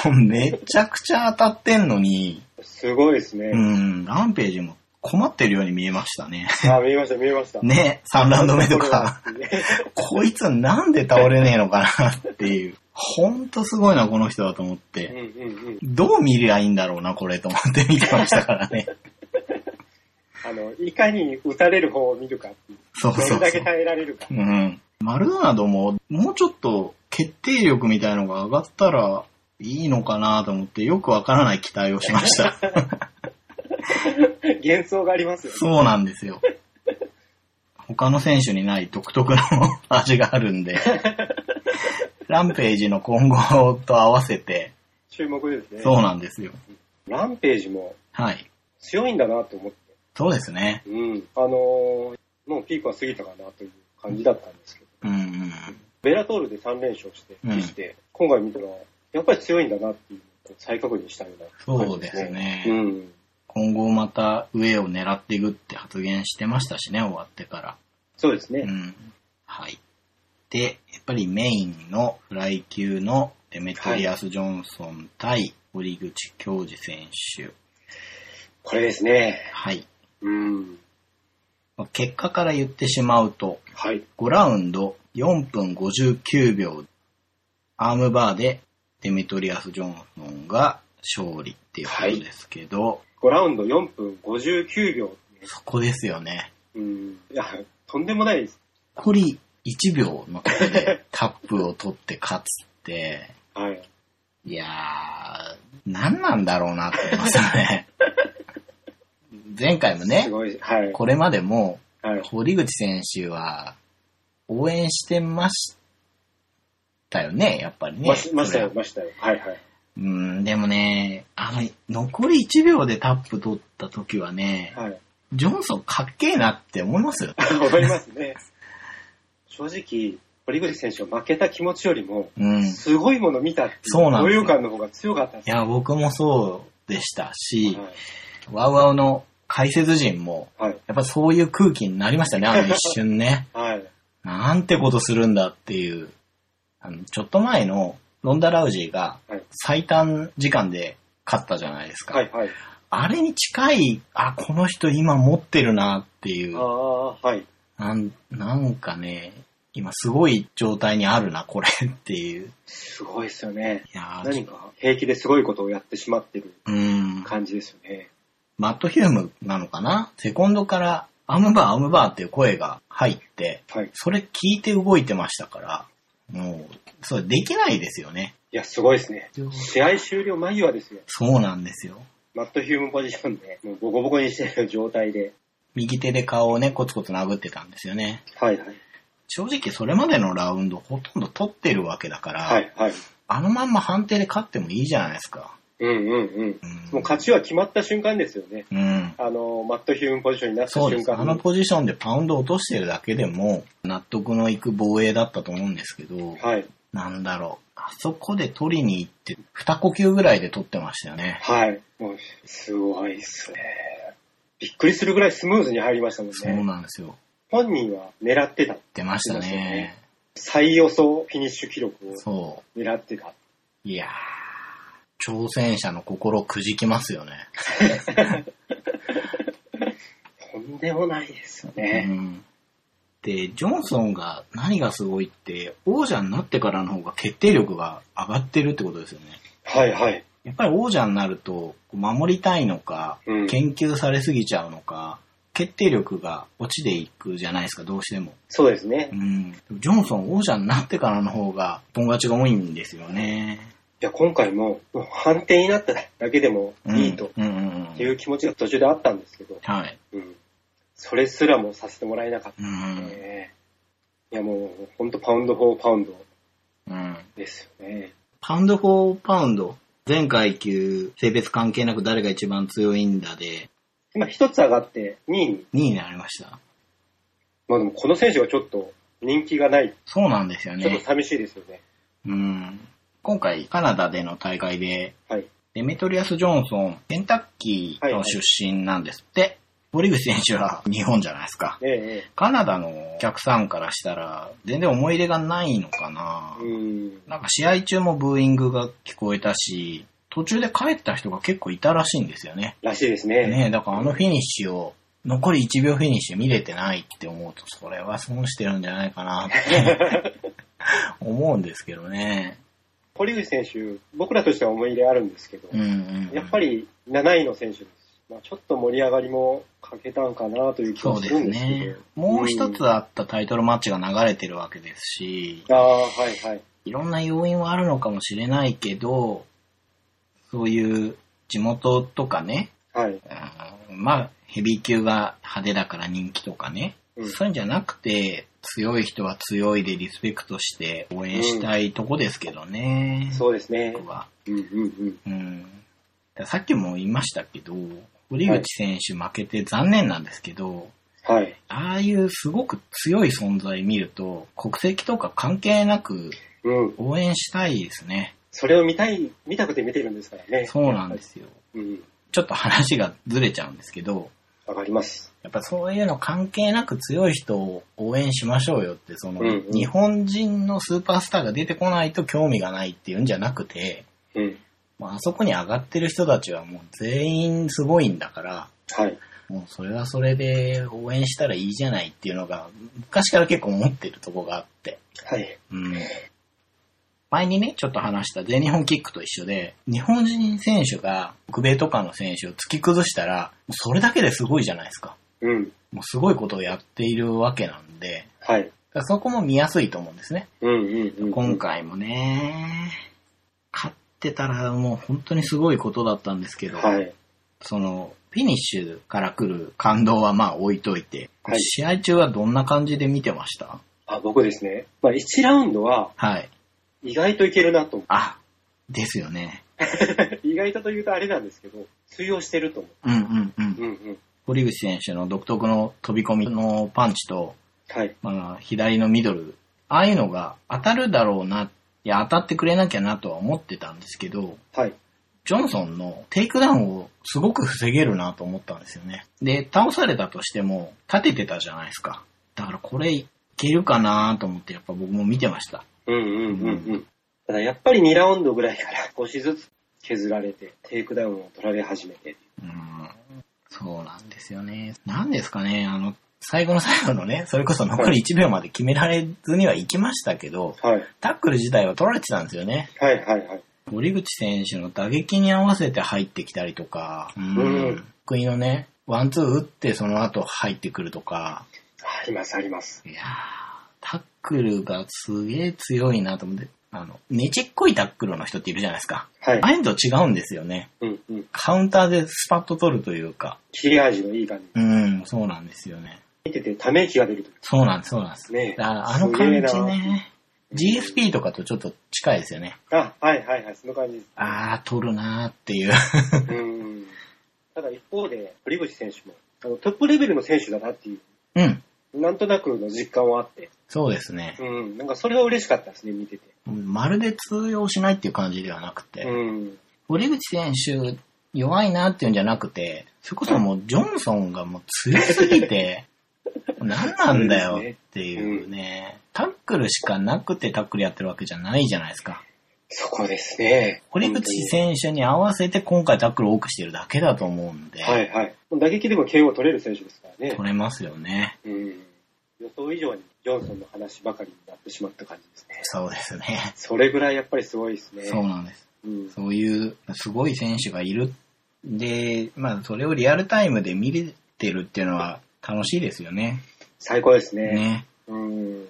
Speaker 1: もうめちゃくちゃ当たってんのに、
Speaker 2: すごいですね。
Speaker 1: うん、ランページも困ってるように見えましたね。
Speaker 2: あ、見えました、見えました。
Speaker 1: ね、3ラウンド目とか、
Speaker 2: これは。
Speaker 1: こいつなんで倒れねえのかなっていう。ほんとすごいな、この人だと思っ
Speaker 2: うん
Speaker 1: て。
Speaker 2: うんうん。
Speaker 1: どう見りゃいいんだろうな、これと思って見てましたからね。
Speaker 2: あの、いかに打たれる方を見るかっていう。
Speaker 1: そうそうそ
Speaker 2: ど
Speaker 1: う
Speaker 2: れだけ。耐えられるか。
Speaker 1: うん。マルドナドも、もうちょっと決定力みたいのが上がったらいいのかなと思って、よくわからない期待をしました。
Speaker 2: 幻想がありますよね。
Speaker 1: そうなんですよ。他の選手にない独特の 味があるんで、ランページの今後と合わせて、
Speaker 2: 注目ですね。
Speaker 1: そうなんですよ。
Speaker 2: ランページも
Speaker 1: はい。
Speaker 2: 強いんだなと思って。
Speaker 1: そうですね。
Speaker 2: うん。あのーもうピークは過ぎたかなという感じだったんですけど。
Speaker 1: うんうん。
Speaker 2: ベラトールで3連勝して、
Speaker 1: うん
Speaker 2: して、今回見たら、やっぱり強いんだなっていう、こう再確認したような
Speaker 1: そ
Speaker 2: 感
Speaker 1: う
Speaker 2: じ
Speaker 1: で
Speaker 2: ですすね。
Speaker 1: ね。
Speaker 2: うん。
Speaker 1: 今後また上を狙っていくって発言してましたしね、終わってから。
Speaker 2: そうですね。
Speaker 1: うん。はい。で、やっぱりメインのフライ級のデメトリアス・ジョンソン対堀口恭司選手。
Speaker 2: これですね。
Speaker 1: はい。
Speaker 2: うん。
Speaker 1: まあ結果から言ってしまうと、
Speaker 2: はい。
Speaker 1: 5ラウンド4分59秒、アームバーでデメトリアス・ジョンソンが勝利っていうことですけど、
Speaker 2: 5ラウンド4分59秒、ね。
Speaker 1: そこですよね。
Speaker 2: うん。いや、とんでもないです。
Speaker 1: 残り1秒のところでタップを取って勝つって、
Speaker 2: はい。
Speaker 1: いやー、何なんだろうなって思いました ね。前回も
Speaker 2: す
Speaker 1: ね、
Speaker 2: ごい。はい。
Speaker 1: これまでも、
Speaker 2: はい。
Speaker 1: 堀口選手は、応援してましたよね、やっぱりね
Speaker 2: ま。しましたよ、ましたよ。はいはい。
Speaker 1: うん、でもね、あの、残り1秒でタップ取った時はね、
Speaker 2: はい。
Speaker 1: ジョンソンかっけえなって思いますよ。
Speaker 2: わかりますね。正直、堀口選手が負けた気持ちよりも、
Speaker 1: うん。い
Speaker 2: すごいもの見たってい
Speaker 1: そうなんですよ
Speaker 2: 高揚感の方が強かったんです
Speaker 1: や、僕もそうでしたし、
Speaker 2: はい
Speaker 1: ワウワウの解説陣も、
Speaker 2: はい。
Speaker 1: やっぱそういう空気になりましたね、あの一瞬ね。
Speaker 2: はい。
Speaker 1: なんてことするんだっていう。あの、ちょっと前のロンダ・ラウジーが
Speaker 2: はい
Speaker 1: 最短時間で勝ったじゃないですか。
Speaker 2: はい。はい。
Speaker 1: あれに近い、あ、この人今持ってるなっていう
Speaker 2: あ。あ、はい。
Speaker 1: なんなんかね、今すごい状態にあるな、これっていう。い
Speaker 2: すごいですよね。
Speaker 1: やー
Speaker 2: 何か平気ですごいことをやってしまってる
Speaker 1: うん。
Speaker 2: 感じですよね。
Speaker 1: マット・ヒュームなのかなセコンドから、アムバー、アムバーっていう声が入って、
Speaker 2: はい。
Speaker 1: それ聞いて動いてましたから、もう、それできないですよね。
Speaker 2: いや、すごいですね。試合終了間際ですよ。
Speaker 1: そうなんですよ。
Speaker 2: マットヒュームポジションで、もうボコボコにしてる状態で。
Speaker 1: 右手で顔をね、コツコツ殴ってたんですよね。
Speaker 2: はいはい。
Speaker 1: 正直それまでのラウンドほとんど取ってるわけだから、
Speaker 2: はいはい。
Speaker 1: あのまんま判定で勝ってもいいじゃないですか。
Speaker 2: うんうんうん
Speaker 1: う。ん
Speaker 2: もう勝ちは決まった瞬間ですよね。
Speaker 1: うん。
Speaker 2: あの、マットヒュームポジションになった
Speaker 1: そうで
Speaker 2: 瞬
Speaker 1: す。
Speaker 2: 間
Speaker 1: あのポジションでパウンド落としてるだけでも、納得のいく防衛だったと思うんですけど、
Speaker 2: はい。
Speaker 1: なんだろう。あそこで取りに行って、二呼吸ぐらいで取ってましたよね。
Speaker 2: はい。もう、すごいっすね。びっくりするぐらいスムーズに入りましたもん
Speaker 1: そう
Speaker 2: ね。
Speaker 1: なんですよ。
Speaker 2: 本人は狙ってた。
Speaker 1: 出ました
Speaker 2: 出ました
Speaker 1: ね
Speaker 2: ね。最予想フィニッシュ記録を
Speaker 1: そ
Speaker 2: 狙ってた。
Speaker 1: う。いやー。挑戦者の心くじきますよね。
Speaker 2: とんでもないですよ
Speaker 1: う
Speaker 2: ね。
Speaker 1: ん。で、ジョンソンが何がすごいって、王者になってからの方が決定力が上がってるってことですよね。
Speaker 2: はいはい。
Speaker 1: やっぱり王者になると、守りたいのか、
Speaker 2: うん
Speaker 1: 研究されすぎちゃうのか、決定力が落ちていくじゃないですか、どうしても。
Speaker 2: そうですね
Speaker 1: う。ん。でもジョンソン王者になってからの方が、本勝ちが多いんですよね。
Speaker 2: いや、今回も、もう判定になっただけでも
Speaker 1: うん
Speaker 2: いいと
Speaker 1: うんうん
Speaker 2: い
Speaker 1: うん。
Speaker 2: う気持ちが途中であったんですけど、
Speaker 1: はい。
Speaker 2: うん。それすらもさせてもらえなかっ
Speaker 1: う
Speaker 2: た
Speaker 1: ん
Speaker 2: ね。いや、もう、ほんとパウンドフォーパウンド
Speaker 1: うん。うん。
Speaker 2: ですよね。
Speaker 1: パウンド・フォー・パウンド。全階級、性別関係なく誰が一番強いんだで、
Speaker 2: 今、一つ上がって2位に。
Speaker 1: 2位になりました。
Speaker 2: まあでも、この選手がちょっと人気がない。
Speaker 1: そうなんですよ
Speaker 2: ちょっと
Speaker 1: ね。
Speaker 2: 寂しいですよね。
Speaker 1: うん。今回、カナダでの大会で、
Speaker 2: はい。
Speaker 1: デメトリアス・ジョンソン、ケンタッキーの出身なんですって、堀口選手は日本じゃないですか。
Speaker 2: ねえ、
Speaker 1: カナダのお客さんからしたら、全然思い入れがないのかな
Speaker 2: う。ん。
Speaker 1: なんか試合中もブーイングが聞こえたし、途中で帰った人が結構いたらしいんですよね。
Speaker 2: らしいですね。
Speaker 1: ねだからあのフィニッシュを、残り1秒フィニッシュ見れてないって思うと、それは損してるんじゃないかなって 思うんですけどね。
Speaker 2: 堀口選手、僕らとしては思い入れあるんですけど、
Speaker 1: うんうん。
Speaker 2: やっぱり7位の選手ですし、まあ、ちょっと盛り上がりも欠けたんかなという気
Speaker 1: そ
Speaker 2: も
Speaker 1: う
Speaker 2: す
Speaker 1: で
Speaker 2: る
Speaker 1: す
Speaker 2: んですけど。
Speaker 1: ね。もう一
Speaker 2: ん
Speaker 1: つあったタイトルマッチが流れてるわけですし、
Speaker 2: ああ、はいはい。
Speaker 1: いろんな要因はあるのかもしれないけど、そういう地元とかね、
Speaker 2: はい。
Speaker 1: あーまあ、ヘビー級が派手だから人気とかね、
Speaker 2: うん
Speaker 1: そういうんじゃなくて、強い人は強いでリスペクトして応援したいとこですけどね、
Speaker 2: そうですね。
Speaker 1: 僕は。
Speaker 2: うんうん
Speaker 1: うん。だからさっきも言いましたけど、堀口選手負けて残念なんですけど、
Speaker 2: うん。はい。
Speaker 1: ああいうすごく強い存在見ると、国籍とか関係なく
Speaker 2: うん。
Speaker 1: 応援したいですね。
Speaker 2: それを見たい、見たくて見てるんですからね。
Speaker 1: そうなんですよ。
Speaker 2: うん。
Speaker 1: ちょっと話がずれちゃうんですけど、
Speaker 2: わかります。
Speaker 1: やっぱそういうの関係なく強い人を応援しましょうよって、その、
Speaker 2: うんうん
Speaker 1: 日本人のスーパースターが出てこないと興味がないっていうんじゃなくて、
Speaker 2: うん。
Speaker 1: まああそこに上がってる人たちはもう全員すごいんだから、
Speaker 2: はい。
Speaker 1: もうそれはそれで応援したらいいじゃないっていうのが、昔から結構思ってるとこがあって。
Speaker 2: はい。
Speaker 1: うん前にね、ちょっと話した全日本キックと一緒で、日本人選手が、北米とかの選手を突き崩したら、もうそれだけですごいじゃないですか。
Speaker 2: うん。
Speaker 1: もうすごいことをやっているわけなんで、
Speaker 2: はい。
Speaker 1: だからそこも見やすいと思うんですね。
Speaker 2: うんうんうん。
Speaker 1: 今。回もね、勝ってたらもう本当にすごいことだったんですけど、
Speaker 2: はい。
Speaker 1: その、フィニッシュから来る感動はまあ置いといて、
Speaker 2: はい
Speaker 1: 試合中はどんな感じで見てました
Speaker 2: あ、僕ですね。まあ、1ラウンドは
Speaker 1: はい。
Speaker 2: 意外といけるなと思
Speaker 1: あ、ですよね。
Speaker 2: う。 意外とというとあれなんですけど、通用してると思
Speaker 1: うんうんうん
Speaker 2: う。。うんうん。
Speaker 1: 堀口選手の独特の飛び込みのパンチと、
Speaker 2: はい。
Speaker 1: まあ、左のミドル、ああいうのが当たるだろうな、いや、当たってくれなきゃなとは思ってたんですけど、
Speaker 2: はい。
Speaker 1: ジョンソンのテイクダウンをすごく防げるなと思ったんですよね。で、倒されたとしても、立ててたじゃないですか。だからこれいけるかなと思って、やっぱ僕も見てました。
Speaker 2: うんうんうんうん。ただやっぱり2ラウンドぐらいから少しずつ削られて、テイクダウンを取られ始めて。
Speaker 1: うん。そうなんですよね。なんですかね、あの、最後の最後のね、それこそ残り1秒まで決められずにはいきましたけど、
Speaker 2: はい。
Speaker 1: タックル自体は取られてたんですよね。
Speaker 2: はいはいはい。
Speaker 1: 森口選手の打撃に合わせて入ってきたりとか、うん
Speaker 2: うん
Speaker 1: 国のね、ワンツー打ってその後入ってくるとか、
Speaker 2: ありますあります。
Speaker 1: いやータックルがすげえ強いなと思って、あの、ねちっこいタックルの人っているじゃないですか。
Speaker 2: はい
Speaker 1: あ。あいうのと違うんですよね。
Speaker 2: うんうん。
Speaker 1: カウンターでスパッと取るというか、
Speaker 2: 切れ味のいい感じ。
Speaker 1: うん、そうなんですよね。
Speaker 2: 見ててため息が出るという
Speaker 1: そうなんです、そうなんです。
Speaker 2: ねえ
Speaker 1: だからあの感
Speaker 2: す
Speaker 1: じ
Speaker 2: げえ
Speaker 1: ね、GSP とかとちょっと近いですよね。
Speaker 2: か。あ、はいはいはい。その感じです。
Speaker 1: あー、取るなーっていう。
Speaker 2: うん。ただ一方で、堀口選手も、あのトップレベルの選手だなっていう、
Speaker 1: うん、
Speaker 2: なんとなくの実感はあって、
Speaker 1: そうですね。
Speaker 2: うん。なんかそれは嬉しかったですね、見てて。
Speaker 1: まるで通用しないっていう感じではなくて、
Speaker 2: うん。
Speaker 1: 堀口選手弱いなっていうんじゃなくて、それこそもうジョンソンがもう強すぎ て、何なんだよっていうね、タックルしかなくてタックルやってるわけじゃないじゃないですか。
Speaker 2: そこですね。
Speaker 1: 堀口選手に合わせて今回タックル多くしてるだけだと思うんで、
Speaker 2: はいはい。打撃でも KO 取れる選手ですからね。
Speaker 1: 取れますよね。
Speaker 2: うん予想以上にジョンソンの話ばかりになってしまった感じですね。
Speaker 1: そうですね。
Speaker 2: それぐらいやっぱりすごいですね。
Speaker 1: そうなんです。
Speaker 2: うん
Speaker 1: そういうすごい選手がいる。で、まあそれをリアルタイムで見れてるっていうのは楽しいですよね。
Speaker 2: 最高ですね。
Speaker 1: ね。
Speaker 2: うん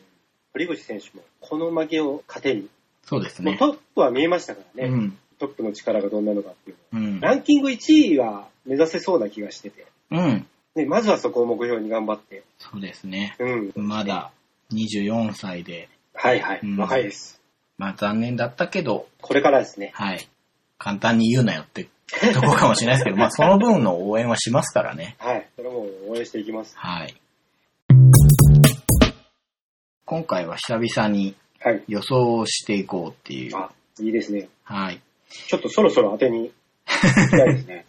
Speaker 2: 堀口選手もこの負けを糧に、
Speaker 1: そうです
Speaker 2: もう
Speaker 1: ね。
Speaker 2: トップは見えましたから
Speaker 1: う
Speaker 2: ね、
Speaker 1: ん。
Speaker 2: トップの力がどんなのかっていう
Speaker 1: うん
Speaker 2: の。ランキング1位は目指せそうな気がしてて、
Speaker 1: うん。
Speaker 2: ね、まずはそこを目標に頑張って、
Speaker 1: そうですね。
Speaker 2: うん、
Speaker 1: まだ24歳で、
Speaker 2: はいはい、
Speaker 1: うん
Speaker 2: 若いです。
Speaker 1: まあ残念だったけど、
Speaker 2: これからですね、
Speaker 1: はい。簡単に言うなよってとこかもしれないです けど、まあその分の応援はしますからね。
Speaker 2: はい、それも応援していきます。
Speaker 1: はい。今回は久々に
Speaker 2: はい、
Speaker 1: 予想をしていこうっていう。
Speaker 2: あ、いいですね。
Speaker 1: はい。
Speaker 2: ちょっとそろそろ当て に行きたいですね。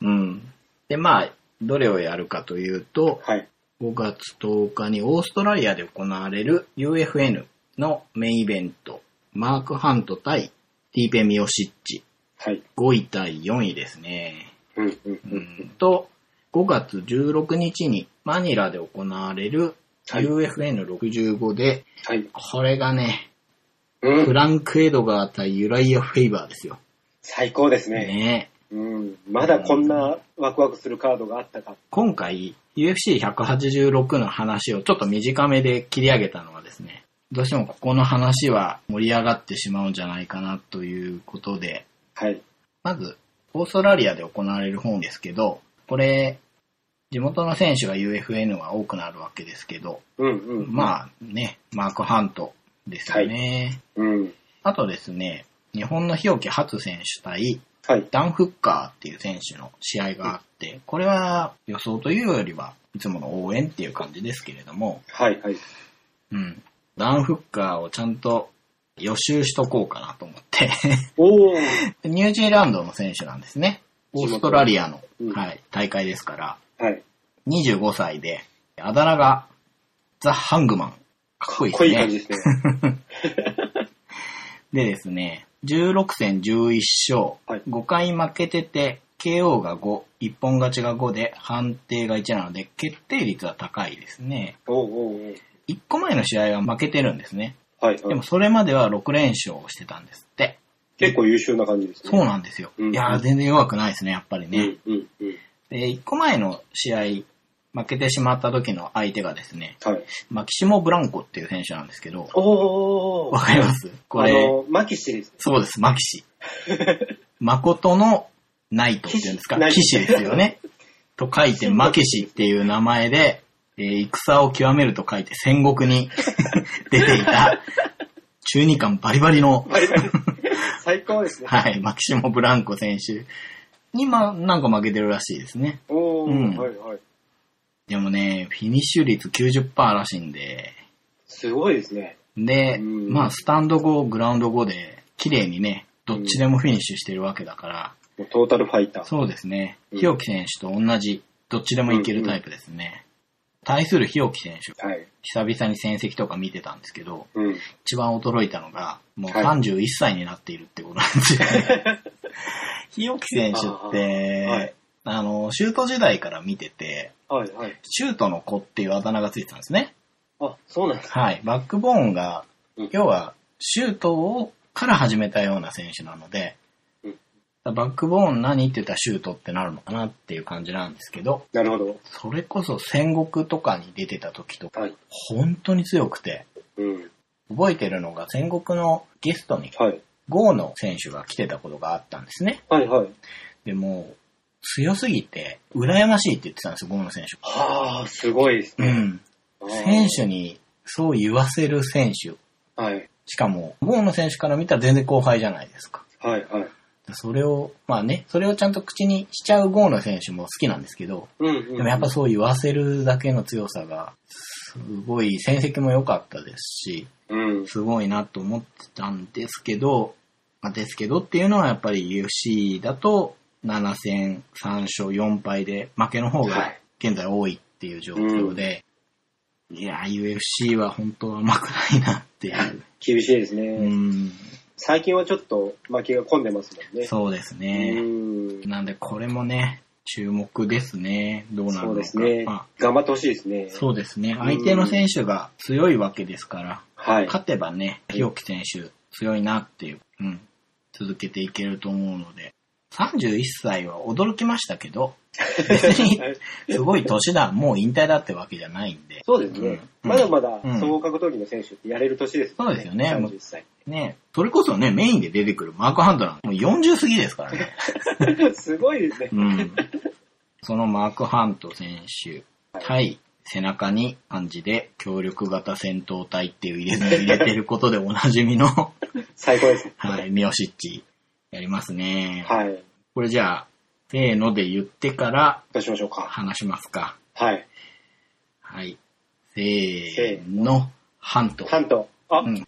Speaker 1: うん。で、まあ、どれをやるかというと、
Speaker 2: はい、
Speaker 1: 5月10日にオーストラリアで行われる UFN のメインイベント、マーク・ハント対ティーペ・ミオシッチ。
Speaker 2: はい。
Speaker 1: 5位対4位ですね。
Speaker 2: うんうんう。
Speaker 1: うんんと、5月16日にマニラで行われる
Speaker 2: はい
Speaker 1: UFN65 で、
Speaker 2: はい。
Speaker 1: これがね、
Speaker 2: う
Speaker 1: フ
Speaker 2: ん。
Speaker 1: ランク・エドガー対ユライア・フェイバーですよ。
Speaker 2: 最高ですね。
Speaker 1: ね
Speaker 2: うん。まだこんなワクワクするカードがあったか。
Speaker 1: 今回 UFC186 の話をちょっと短めで切り上げたのはですね、どうしてもここの話は盛り上がってしまうんじゃないかなということで、
Speaker 2: はい。
Speaker 1: まず、オーストラリアで行われる本ですけど、これ、地元の選手が UFN は多くなるわけですけど、
Speaker 2: うんうん。あ。
Speaker 1: まあね、マーク・ハントですよね。
Speaker 2: うん。
Speaker 1: あとですね、日本の日置初選手対
Speaker 2: はい。
Speaker 1: ダン・フッカーっていう選手の試合があって、これは予想というよりはいつもの応援っていう感じですけれども、
Speaker 2: はいはい。
Speaker 1: うん。ダン・フッカーをちゃんと予習しとこうかなと思って。
Speaker 2: おお。
Speaker 1: ニュージーランドの選手なんですね。オーストラリアの、
Speaker 2: うん
Speaker 1: はい、大会ですから、
Speaker 2: はい。
Speaker 1: 25歳で、あだ名がザ・ハングマン。かっこいいです
Speaker 2: 濃
Speaker 1: ね。
Speaker 2: い感じですね。
Speaker 1: でですね、16戦11勝、
Speaker 2: はい
Speaker 1: 5回負けてて、KO が5、一本勝ちが5で、判定が1なので、決定率は高いですね。
Speaker 2: おうおうおう
Speaker 1: 1個前の試合は負けてるんですね。
Speaker 2: はい
Speaker 1: で
Speaker 2: は
Speaker 1: も
Speaker 2: い。
Speaker 1: それまでは6連勝をしてたんですって。
Speaker 2: 結構優秀な感じですね。
Speaker 1: そうなんですよ。
Speaker 2: うん
Speaker 1: いやー、全然弱くないですね、やっぱりね。
Speaker 2: うんうんうん。
Speaker 1: で、1個前の試合、負けてしまった時の相手がですね、
Speaker 2: はい。
Speaker 1: マキシモ・ブランコっていう選手なんですけど、
Speaker 2: おお
Speaker 1: わかりますこ
Speaker 2: あ
Speaker 1: れ、
Speaker 2: の、マキシです。
Speaker 1: そうです、マキシ。誠のナイトっていうんですか、
Speaker 2: 騎
Speaker 1: 騎
Speaker 2: 士
Speaker 1: 士ですよね。と書いて、マキシっていう名前で、えー戦を極めると書いて戦国に出ていた、中二感バリバリの、
Speaker 2: バ リバリ。最高ですね。
Speaker 1: はい、マキシモ・ブランコ選手に、まあ、なんか負けてるらしいですね。
Speaker 2: おお、
Speaker 1: うん
Speaker 2: はいはい。
Speaker 1: でもね、フィニッシュ率90%らしいんで、
Speaker 2: すごいですね。
Speaker 1: で、
Speaker 2: うん
Speaker 1: まあ、スタンド後、グラウンド後で、綺麗にね、どっちでもフィニッシュしてるわけだから、
Speaker 2: もうトータルファイター。
Speaker 1: そうですね。
Speaker 2: うん
Speaker 1: 日置選手と同じ、どっちでもいけるタイプですね。対する日置選手、
Speaker 2: はい。
Speaker 1: 久々に戦績とか見てたんですけど、
Speaker 2: うん。
Speaker 1: 一番驚いたのが、もう
Speaker 2: はい
Speaker 1: 31歳になっているってことなんですよ ね。日置選手っ
Speaker 2: あーはい
Speaker 1: て、あの、シュート時代から見てて、
Speaker 2: はいはい。
Speaker 1: シュートの子っていうあだ名がついてたんですね。
Speaker 2: あ、そうなんですか。
Speaker 1: はい。バックボーンが
Speaker 2: うん、
Speaker 1: 要は、シュートをから始めたような選手なので
Speaker 2: うん、
Speaker 1: バックボーン何って言ったらシュートってなるのかなっていう感じなんですけど、
Speaker 2: なるほど。
Speaker 1: それこそ戦国とかに出てた時とか、
Speaker 2: はい。
Speaker 1: 本当に強くて、
Speaker 2: うん。
Speaker 1: 覚えてるのが戦国のゲストに
Speaker 2: はい。
Speaker 1: ゴーの選手が来てたことがあったんですね。
Speaker 2: はいはい。
Speaker 1: でも、強すぎて、羨ましいって言ってたんですよ、ゴーの選手。
Speaker 2: はあ、すごいです
Speaker 1: う
Speaker 2: ね。
Speaker 1: ん。
Speaker 2: あー
Speaker 1: 選手にそう言わせる選手
Speaker 2: はい。
Speaker 1: しかも、ゴーの選手から見たら全然後輩じゃないですか。
Speaker 2: はいはい。
Speaker 1: それを、まあね、それをちゃんと口にしちゃうゴーの選手も好きなんですけど、
Speaker 2: うん、うん。
Speaker 1: でもやっぱそう言わせるだけの強さが、すごい、戦績も良かったですし、
Speaker 2: うん。
Speaker 1: すごいなと思ってたんですけど、まあ、ですけどっていうのはやっぱり UFC だと7戦3勝4敗で負けの方
Speaker 2: は
Speaker 1: が
Speaker 2: い
Speaker 1: 現在多いっていう状況で、いやー UFC は本当は甘くないなっていう。
Speaker 2: 厳しいですね、
Speaker 1: うん
Speaker 2: 最近はちょっと負けが混んでますもんね。
Speaker 1: そうです
Speaker 2: う
Speaker 1: ね。
Speaker 2: ん。
Speaker 1: なんで、これもね、注目ですね。どうなる
Speaker 2: そう
Speaker 1: の
Speaker 2: で
Speaker 1: か
Speaker 2: す。ね
Speaker 1: まあ。
Speaker 2: 頑張ってほしいですね。
Speaker 1: そうですね。相手の選手が強いわけですから、
Speaker 2: はい。
Speaker 1: 勝てばね、日置選手強いなっていう、うん、続けていけると思うので、31歳は驚きましたけ ど、別に
Speaker 2: はい
Speaker 1: すごい年だ、もう引退だってわけじゃないんで、
Speaker 2: そうですね。
Speaker 1: うん
Speaker 2: まだまだ
Speaker 1: うん
Speaker 2: 総合格闘技の選手ってやれる年です
Speaker 1: そうですよね
Speaker 2: 30歳。
Speaker 1: ね、それこそね、メインで出てくるマーク・ハントなんてもう40過ぎですからね。
Speaker 2: すごいですね。
Speaker 1: うん、そのマーク・ハント選手
Speaker 2: は
Speaker 1: 対
Speaker 2: い
Speaker 1: 背中に漢字で協力型戦闘隊っていう入れ墨入れてることでおなじみの、
Speaker 2: 最高ですね。
Speaker 1: はい、ミオシッチやりますね。
Speaker 2: はい。
Speaker 1: これじゃあ、せーので言ってから
Speaker 2: どうしましょうか。
Speaker 1: 話しますか。
Speaker 2: はい。
Speaker 1: はい。せーの、ハント。
Speaker 2: ハント。あ、
Speaker 1: うん、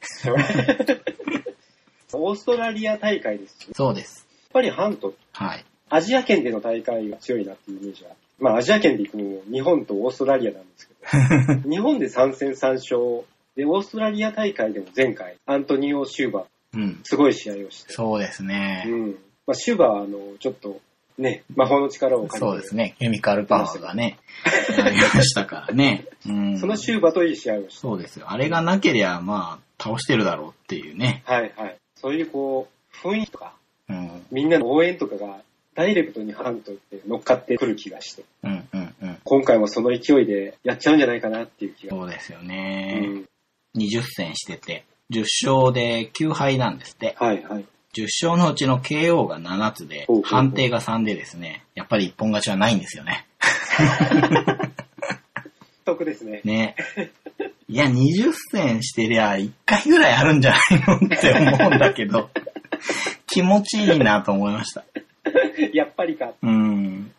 Speaker 2: オーストラリア大会です。やっ
Speaker 1: そうです。
Speaker 2: ぱりハント、
Speaker 1: はい。
Speaker 2: アジア圏での大会が強いなっていうイメージは。まあ、アジア圏で行くのも日本とオーストラリアなんですけど。日本で3戦3勝。で、オーストラリア大会でも前回、アントニオ・シューバー、
Speaker 1: うん。
Speaker 2: すごい試合をして。
Speaker 1: そうですね。
Speaker 2: うん。まあ、シュバー、あの、ちょっと、ね、魔法の力を借りて、
Speaker 1: そうですね。ケミカルパワーがね、 ありましたからね。うん。
Speaker 2: そのシューバーといい試合をして、
Speaker 1: そうですよ。あれがなけりゃ、まあ、倒してるだろうっていうね。
Speaker 2: はいはい。そういう、こう、雰囲気とか、
Speaker 1: うん。
Speaker 2: みんなの応援とかが、ダイレクトにハンとって乗っかってくる気がして、
Speaker 1: うんうんうん。
Speaker 2: 今回もその勢いでやっちゃうんじゃないかなっていう気が。
Speaker 1: そうですよ
Speaker 2: う
Speaker 1: ね。
Speaker 2: ん。
Speaker 1: 20戦してて、10勝で9敗なんですって。
Speaker 2: はいはい。
Speaker 1: 10勝のうちの KO が7つで
Speaker 2: ほうほう、ほう
Speaker 1: 判定が3でですね、やっぱり一本勝ちはないんですよね。
Speaker 2: 得ですね。
Speaker 1: ね。いや、20戦してりゃ、1回ぐらいあるんじゃないのって思うんだけど、気持ちいいなと思いました。
Speaker 2: やっぱりか。
Speaker 1: うん。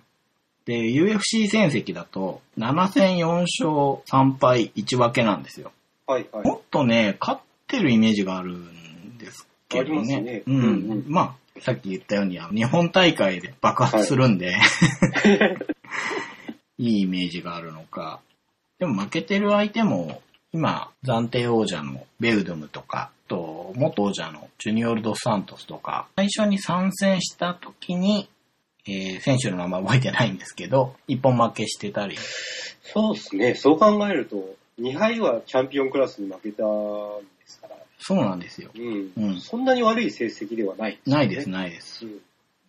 Speaker 1: で、UFC 戦績だと、7戦4勝3敗1分けなんですよ。
Speaker 2: はいはい。
Speaker 1: もっとね、勝ってるイメージがあるんですけど
Speaker 2: あります
Speaker 1: ね。
Speaker 2: ね
Speaker 1: うん、
Speaker 2: うんうん
Speaker 1: まあ、さっき言ったように、あの日本大会で爆発するん で、い、いイメージがあるのか。でも負けてる相手も、今、暫定王者のベウドゥムとか、あと、元王者のジュニオルドスサントスとか、最初に参戦した時に、えー選手の名前覚えてないんですけど、一本負けしてたり、
Speaker 2: そうですね。そう考えると、2敗はチャンピオンクラスに負けたんですから、
Speaker 1: そうなんですよ。
Speaker 2: うん。
Speaker 1: うん
Speaker 2: そんなに悪い成績ではないですね。
Speaker 1: ないです、ないです。
Speaker 2: うん。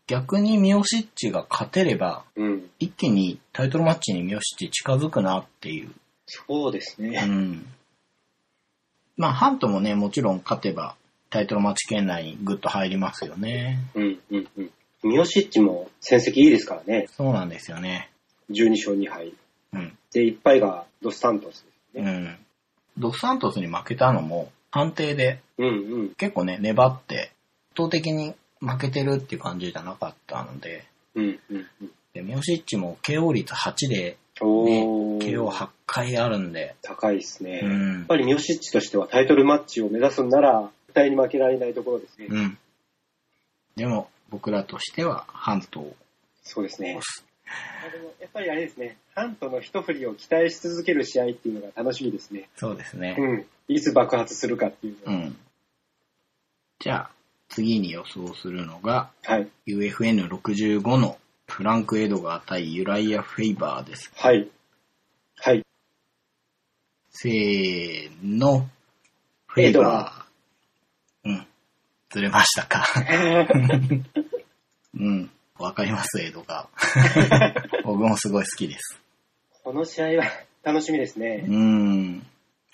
Speaker 1: 逆にミオシッチが勝てれば、
Speaker 2: うん。
Speaker 1: 一気にタイトルマッチにミオシッチ近づくなっていう。
Speaker 2: そうです
Speaker 1: う
Speaker 2: ね。
Speaker 1: ん。まあ、ハントもね、もちろん勝てば、タイトルマッチ圏内にぐっと入りますよね。
Speaker 2: うん、うん、うん。ミオシッチも成績いいですからね。
Speaker 1: そうなんですよね。
Speaker 2: 12勝2敗。
Speaker 1: うん。
Speaker 2: で、1敗がドスタントスで
Speaker 1: う
Speaker 2: すね。
Speaker 1: ん。ドスサントスに負けたのも、判定で
Speaker 2: うん、うん、
Speaker 1: 結構ね、粘って、圧倒的に負けてるっていう感じじゃなかったので、
Speaker 2: うん、うん。うん
Speaker 1: でミオシッチも KO 率8で、
Speaker 2: おー。
Speaker 1: KO8 回あるんで、
Speaker 2: 高いですね。
Speaker 1: う
Speaker 2: やっ
Speaker 1: ん。
Speaker 2: ぱりミオシッチとしてはタイトルマッチを目指すんなら、絶対に負けられないところですね。
Speaker 1: うん。でも、僕らとしては、ハントを
Speaker 2: そうですね
Speaker 1: 押。す。
Speaker 2: あでもやっぱりあれですね、ハントの一振りを期待し続ける試合っていうのが楽しみですね。
Speaker 1: そうですね。
Speaker 2: うん。いつ爆発するかっていうの
Speaker 1: う
Speaker 2: は。
Speaker 1: ん。じゃあ、次に予想するのが、
Speaker 2: はい。
Speaker 1: UFN65 のフランク・エドガー対ユライア・フェイバーです。
Speaker 2: はい。はい。
Speaker 1: せーの、フェ
Speaker 2: ェ
Speaker 1: イ
Speaker 2: イ
Speaker 1: バ
Speaker 2: バ
Speaker 1: ー。うん。ずれましたか。 うん。わかります、エドガ ー。僕もすごい好きです。
Speaker 2: この試合は楽しみですね。
Speaker 1: うん。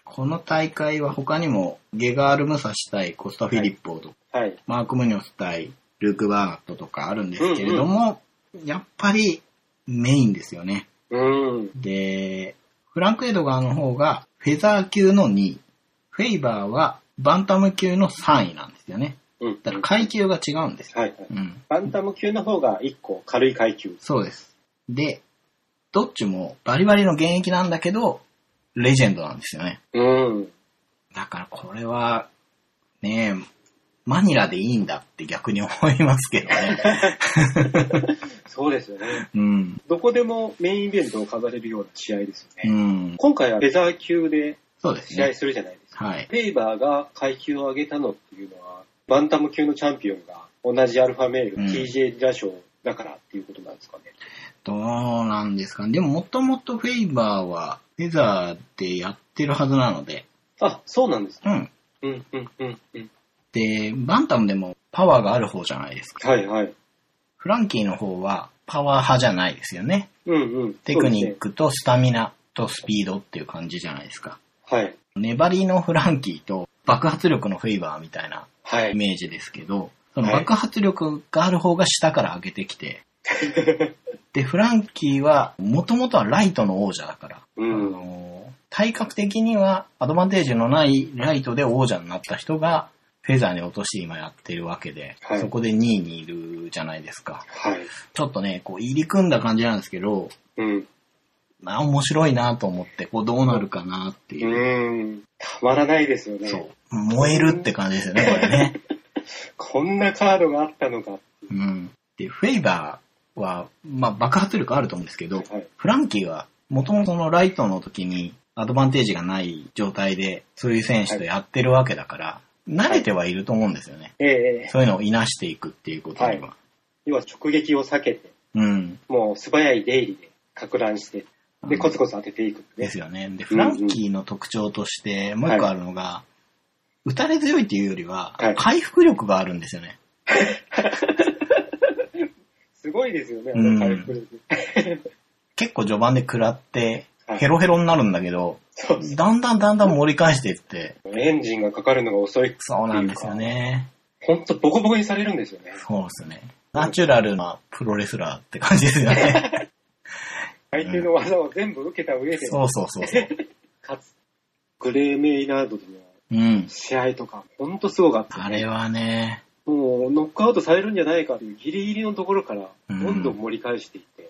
Speaker 1: この大会は他にも、ゲガール・ムサシ対コスタ・フィリッポーとか、
Speaker 2: はい。
Speaker 1: マーク・ムニョス対ルーク・バーナットとかあるんですけれども、やっぱりメインですよね。
Speaker 2: うん。
Speaker 1: で、フランク・エドガーの方がフェザー級の2位、フェイバーはバンタム級の3位なんですよね。
Speaker 2: うん。
Speaker 1: だから階級が違うんですよ。
Speaker 2: はい。
Speaker 1: うん。
Speaker 2: バンタム級の方が1個軽い階級。
Speaker 1: そうです。で、どっちもバリバリの現役なんだけど、レジェンドなんですよね。
Speaker 2: うん。
Speaker 1: だからこれは、ねえ、マニラでいいんだって逆に思いますけどね。
Speaker 2: そうですよね。
Speaker 1: うん。
Speaker 2: どこでもメインイベントを飾れるような試合ですよ
Speaker 1: う
Speaker 2: ね。
Speaker 1: ん。
Speaker 2: 今回はフェザー級で
Speaker 1: そうです
Speaker 2: 試合
Speaker 1: ね。
Speaker 2: するじゃないですか。
Speaker 1: はい。
Speaker 2: フェイバーが階級を上げたのっていうのは、バンタム級のチャンピオンが同じアルファメール、
Speaker 1: うん
Speaker 2: TJ ラショーだからっていうことなんですかね。
Speaker 1: どうなんですかね。でも、もともとフェイバーは、フェザーでやってるはずなので、
Speaker 2: あ、そうなんですね。
Speaker 1: うん。
Speaker 2: うん、うん、うん、うん。
Speaker 1: で、バンタムでもパワーがある方じゃないですか。
Speaker 2: はい、はい。
Speaker 1: フランキーの方は、パワー派じゃないですよね。
Speaker 2: うん、うん。
Speaker 1: テクニ
Speaker 2: そうですね
Speaker 1: ックとスタミナとスピードっていう感じじゃないですか。
Speaker 2: はい。
Speaker 1: 粘りのフランキーと爆発力のフェイバーみたいな
Speaker 2: は
Speaker 1: イ
Speaker 2: い。
Speaker 1: メージですけど、その
Speaker 2: はい
Speaker 1: 爆発力がある方が下から上げてき て、で、フランキーは、もともとはライトの王者だから、
Speaker 2: うん
Speaker 1: あの体格的にはアドバンテージのないライトで王者になった人が、フェザーに落として今やってるわけで、
Speaker 2: はい
Speaker 1: そこで2位にいるじゃないですか。
Speaker 2: はい。
Speaker 1: ちょっとね、こう入り組んだ感じなんですけど、
Speaker 2: うん。
Speaker 1: まあ面白いなと思って、こうどうなるかなって
Speaker 2: う
Speaker 1: いう。
Speaker 2: ーん。たまらないですよね。
Speaker 1: そう。燃えるって感じですよね、これね。
Speaker 2: こんなカードがあったのか。は
Speaker 1: うん。で、フェイバーは、まあ、爆発力あると思うんですけど、
Speaker 2: い。
Speaker 1: フランキーは、もともとのライトの時にアドバンテージがない状態で、そういう選手とやってるわけだから、慣れてはいると思うんですよね。
Speaker 2: ええ
Speaker 1: そういうのをいなしていくっていうことには。
Speaker 2: 要は直撃を避けて、
Speaker 1: うん。
Speaker 2: もう素早い出入りで、か乱して、
Speaker 1: う
Speaker 2: で、
Speaker 1: ん
Speaker 2: コツコツ当てていく。
Speaker 1: ですよね。で、フランキーの特徴として、もう一個あるのが、打たれ強いっていうよりは
Speaker 2: はい、
Speaker 1: 回復力があるんですよね。
Speaker 2: すごいですよね、あ
Speaker 1: うん
Speaker 2: の回復力。
Speaker 1: 結構序盤で食らって、
Speaker 2: はい
Speaker 1: ヘロヘロになるんだけど、
Speaker 2: そうです
Speaker 1: だんだんだんだん盛り返していって、
Speaker 2: エンジンがかかるのが遅い。
Speaker 1: そうなんですよね。
Speaker 2: ほんとボコボコにされるんですよね。
Speaker 1: そうですね。ナチュラルなプロレスラーって感じですよ ね。
Speaker 2: 相手の技を全部受けた上で、
Speaker 1: そうそうそうそう。
Speaker 2: 勝つ。グレーメイラードの
Speaker 1: うん。
Speaker 2: 試合とか、ほんとすごかった。
Speaker 1: あれはね、
Speaker 2: もう、ノックアウトされるんじゃないかっていうギリギリのところから、
Speaker 1: う
Speaker 2: ど
Speaker 1: ん
Speaker 2: んどん盛り返していって、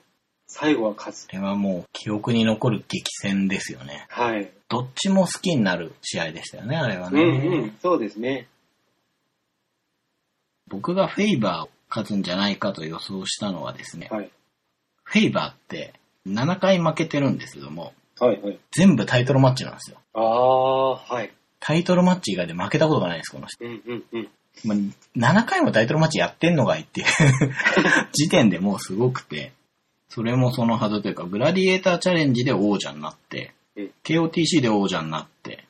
Speaker 2: 最後は勝つ。
Speaker 1: あれはもう記憶に残る激戦ですよね。
Speaker 2: はい。
Speaker 1: どっちも好きになる試合でしたよね、あれは
Speaker 2: うん
Speaker 1: ね。
Speaker 2: うん、そうですね。
Speaker 1: 僕がフェイバーを勝つんじゃないかと予想したのはですね、
Speaker 2: はい。
Speaker 1: フェイバーって7回負けてるんですけども、
Speaker 2: はい、はい。
Speaker 1: 全部タイトルマッチなんですよ。
Speaker 2: ああ、はい。
Speaker 1: タイトルマッチ以外で負けたことがないです、この人。
Speaker 2: うん、うん、うん。
Speaker 1: まあ、7回もタイトルマッチやってんのがいっていう時点でもうすごくて、それもそのはずというか、グラディエーターチャレンジで王者になって
Speaker 2: うん、
Speaker 1: KOTC で王者になって、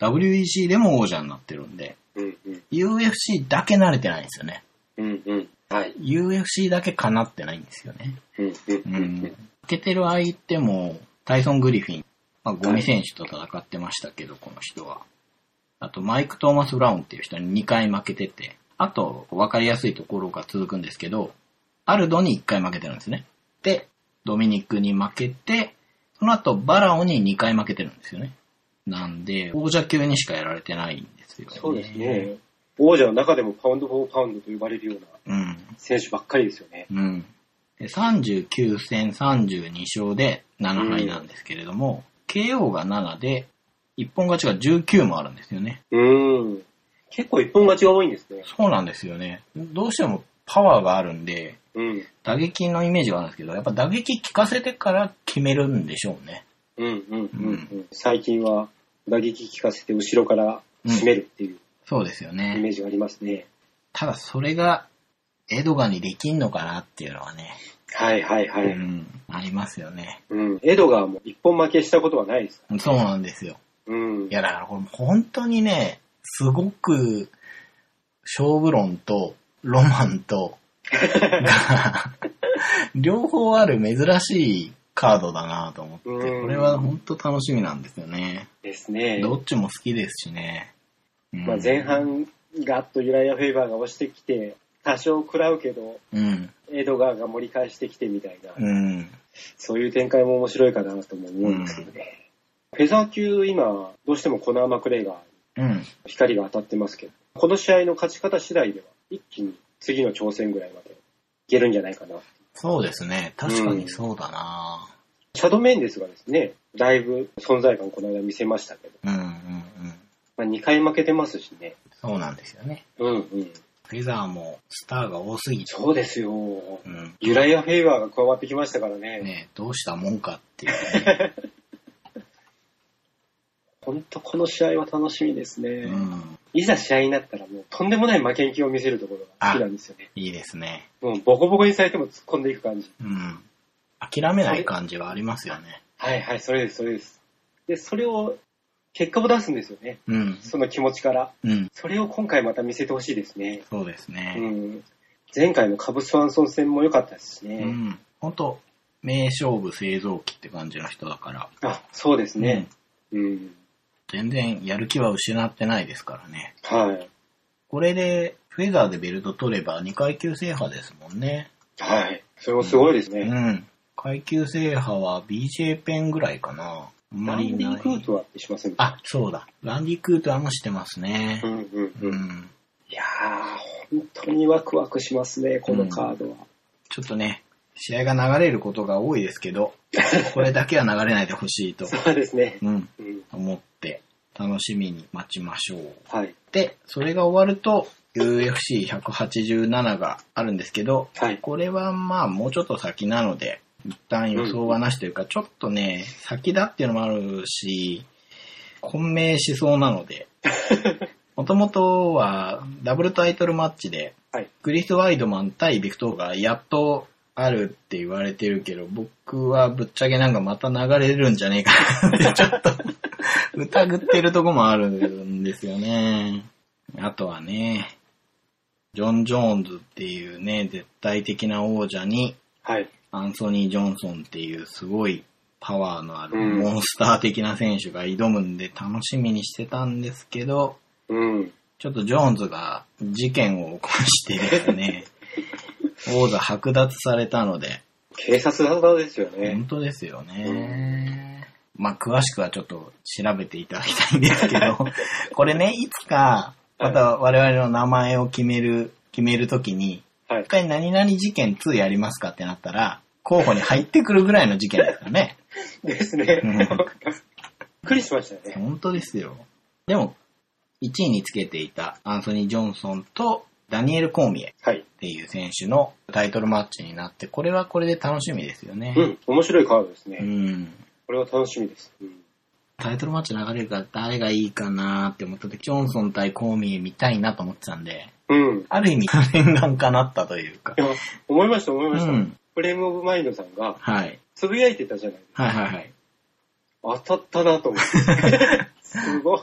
Speaker 1: WEC でも王者になってるんで、
Speaker 2: うん、うん。
Speaker 1: UFC だけ慣れてないんですよね。
Speaker 2: うん、うん。はい。
Speaker 1: UFC だけ叶ってないんですよね。
Speaker 2: うん、うん、
Speaker 1: う。
Speaker 2: うんん
Speaker 1: 負。けてる相手も、タイソン・グリフィン、まあ、ゴミ選手と戦ってましたけど、この人は。あと、マイク・トーマス・ブラウンっていう人に2回負けてて、あと、わかりやすいところが続くんですけど、アルドに1回負けてるんですね。で、ドミニクに負けて、その後、バラオに2回負けてるんですよね。なんで、王者級にしかやられてないんですよね。
Speaker 2: そうですね。王者の中でもパウンド・フォー・パウンドと呼ばれるような
Speaker 1: うん。
Speaker 2: 選手ばっかりですよね。
Speaker 1: うん。で39戦32勝で7敗なんですけれども、KO が7で、一本勝ちが19もあるんですよね。
Speaker 2: うーん。結構一本勝ちが多いんですね。
Speaker 1: そうなんですよね。どうしてもパワーがあるんで、
Speaker 2: うん。
Speaker 1: 打撃のイメージがあるんですけど、やっぱ打撃効かせてから決めるんでしょうね。
Speaker 2: うん、うん、うん
Speaker 1: う
Speaker 2: うん。最近は打撃効かせて後ろから締めるっていう
Speaker 1: そうですよ
Speaker 2: イ
Speaker 1: ね。
Speaker 2: メージがありますね。
Speaker 1: ただそれが、エドガにできんのかなっていうのはね、
Speaker 2: はい、はい、は
Speaker 1: う
Speaker 2: い。
Speaker 1: ん、ありますよね。
Speaker 2: うん。エドガーも一本負けしたことはないですか
Speaker 1: そうなんですよ。
Speaker 2: ら。う
Speaker 1: い。
Speaker 2: ん
Speaker 1: や、だからこれ本当にね、すごく、勝負論と、ロマン と、が、両方ある珍しいカードだなと思って、こ
Speaker 2: うん
Speaker 1: れは本当楽しみなんですよね。
Speaker 2: ですね。
Speaker 1: どっちも好きですしね。うん
Speaker 2: まあ、前。半、ガッとユライア・フェイバーが押してきて、多少食らうけど、
Speaker 1: うん。
Speaker 2: エドガーが盛り返してきてみたいな、
Speaker 1: うん。
Speaker 2: そういう展開も面白いかなとも思うんですけどね。フェザー級、今、どうしてもコナー・マクレイが
Speaker 1: うん。
Speaker 2: 光が当たってますけど、この試合の勝ち方次第では、一気に次の挑戦ぐらいまでいけるんじゃないかな。
Speaker 1: そうですね。確かにそうだな
Speaker 2: シャドウメンデスがですね、だいぶ存在感この間見せましたけど、
Speaker 1: うんうんうん。
Speaker 2: まあ、2回負けてますしね。
Speaker 1: そうなんですよね。
Speaker 2: うんうん。
Speaker 1: フェザーもスターが多すぎて、
Speaker 2: そうですよ。
Speaker 1: うん。
Speaker 2: ユライア・フェイバーが加わってきましたからね。
Speaker 1: ね、どうしたもんかっていう。
Speaker 2: ほんとこの試合は楽しみですね。
Speaker 1: うん。
Speaker 2: いざ試合になったらもうとんでもない負けん気を見せるところが好きなんですよね。
Speaker 1: いいですね。
Speaker 2: もうボコボコにされても突っ込んでいく感じ。
Speaker 1: うん。諦めない感じはありますよね。
Speaker 2: はいはい、それです、それです。で、それを、結果を出すんですよね。
Speaker 1: うん。
Speaker 2: その気持ちから。
Speaker 1: うん。
Speaker 2: それを今回また見せてほしいですね。
Speaker 1: そうです
Speaker 2: う
Speaker 1: ね。
Speaker 2: ん。前回のカブスワンソン戦も良かったですし
Speaker 1: う
Speaker 2: ね。
Speaker 1: ん。本当名勝負製造機って感じの人だから。
Speaker 2: あ、そうですね。うん。
Speaker 1: 全然やる気は失ってないですからね。
Speaker 2: はい。
Speaker 1: これで、フェザーでベルト取れば2階級制覇ですもんね。
Speaker 2: はい。それもすごいです
Speaker 1: う
Speaker 2: ね。
Speaker 1: ん。階級制覇は BJ ペンぐらいかな。あんま
Speaker 2: ラ
Speaker 1: りい
Speaker 2: ンデ
Speaker 1: な
Speaker 2: ィ・
Speaker 1: い
Speaker 2: クートはしませんか
Speaker 1: あ、そうだ。ランディ・クートはもしてますね
Speaker 2: う。んうん
Speaker 1: う
Speaker 2: うん。
Speaker 1: ん。
Speaker 2: いやー、本当にワクワクしますね、このカードは。
Speaker 1: ちょっとね、試合が流れることが多いですけど、これだけは流れないでほしいと。
Speaker 2: そうですね。
Speaker 1: うん。
Speaker 2: うん。
Speaker 1: 思って楽しみに待ちましょう。
Speaker 2: はい。
Speaker 1: で、それが終わると UFC187 があるんですけど、
Speaker 2: はい。
Speaker 1: これはまあもうちょっと先なので、一旦予想はなしというか、ちょっとね、先だっていうのもあるし、混迷しそうなので、もともとはダブルタイトルマッチで、
Speaker 2: はい
Speaker 1: クリス・ワイドマン対ビクトーがやっとあるって言われてるけど、僕はぶっちゃけなんかまた流れるんじゃねえかなって ちょっと疑ってるとこもあるんですよね。あとはね、ジョン・ジョーンズっていうね、絶対的な王者に
Speaker 2: はい。
Speaker 1: アンソニー・ジョンソンっていうすごいパワーのある
Speaker 2: うん
Speaker 1: モンスター的な選手が挑むんで楽しみにしてたんですけど、
Speaker 2: うん。
Speaker 1: ちょっとジョーンズが事件を起こしてです ね、王座剥奪されたので、
Speaker 2: 警察だったですよね。
Speaker 1: 本当ですよね。まあ、詳しくはちょっと調べていただきたいんですけ ど、これね、いつか、また我々の名前を決める、決めるときに、
Speaker 2: はい
Speaker 1: 一。回何々事件2やりますかってなったら、候補に入ってくるぐらいの事件ですからね。
Speaker 2: ですね。
Speaker 1: うん
Speaker 2: びっくりしました ね。
Speaker 1: 本当ですよ。でも、1位につけていたアンソニー・ジョンソンとダニエル・コーミエっ
Speaker 2: はい。
Speaker 1: ていう選手のタイトルマッチになって、これはこれで楽しみですよね
Speaker 2: う。ん。面白いカードですね。
Speaker 1: うん。
Speaker 2: これは楽しみです。うん。
Speaker 1: タイトルマッチ流れるから誰がいいかなって思った時、ジョンソン対コーミエ見たいなと思ってたんで、
Speaker 2: うん。い
Speaker 1: ある意味、念願かなったというか。
Speaker 2: や、思いました、思いうました。
Speaker 1: ん。
Speaker 2: フレームオブマインドさんが、
Speaker 1: はい。
Speaker 2: つぶやいてたじゃない
Speaker 1: はいはいはい。
Speaker 2: 当たったなと 思って。すごい。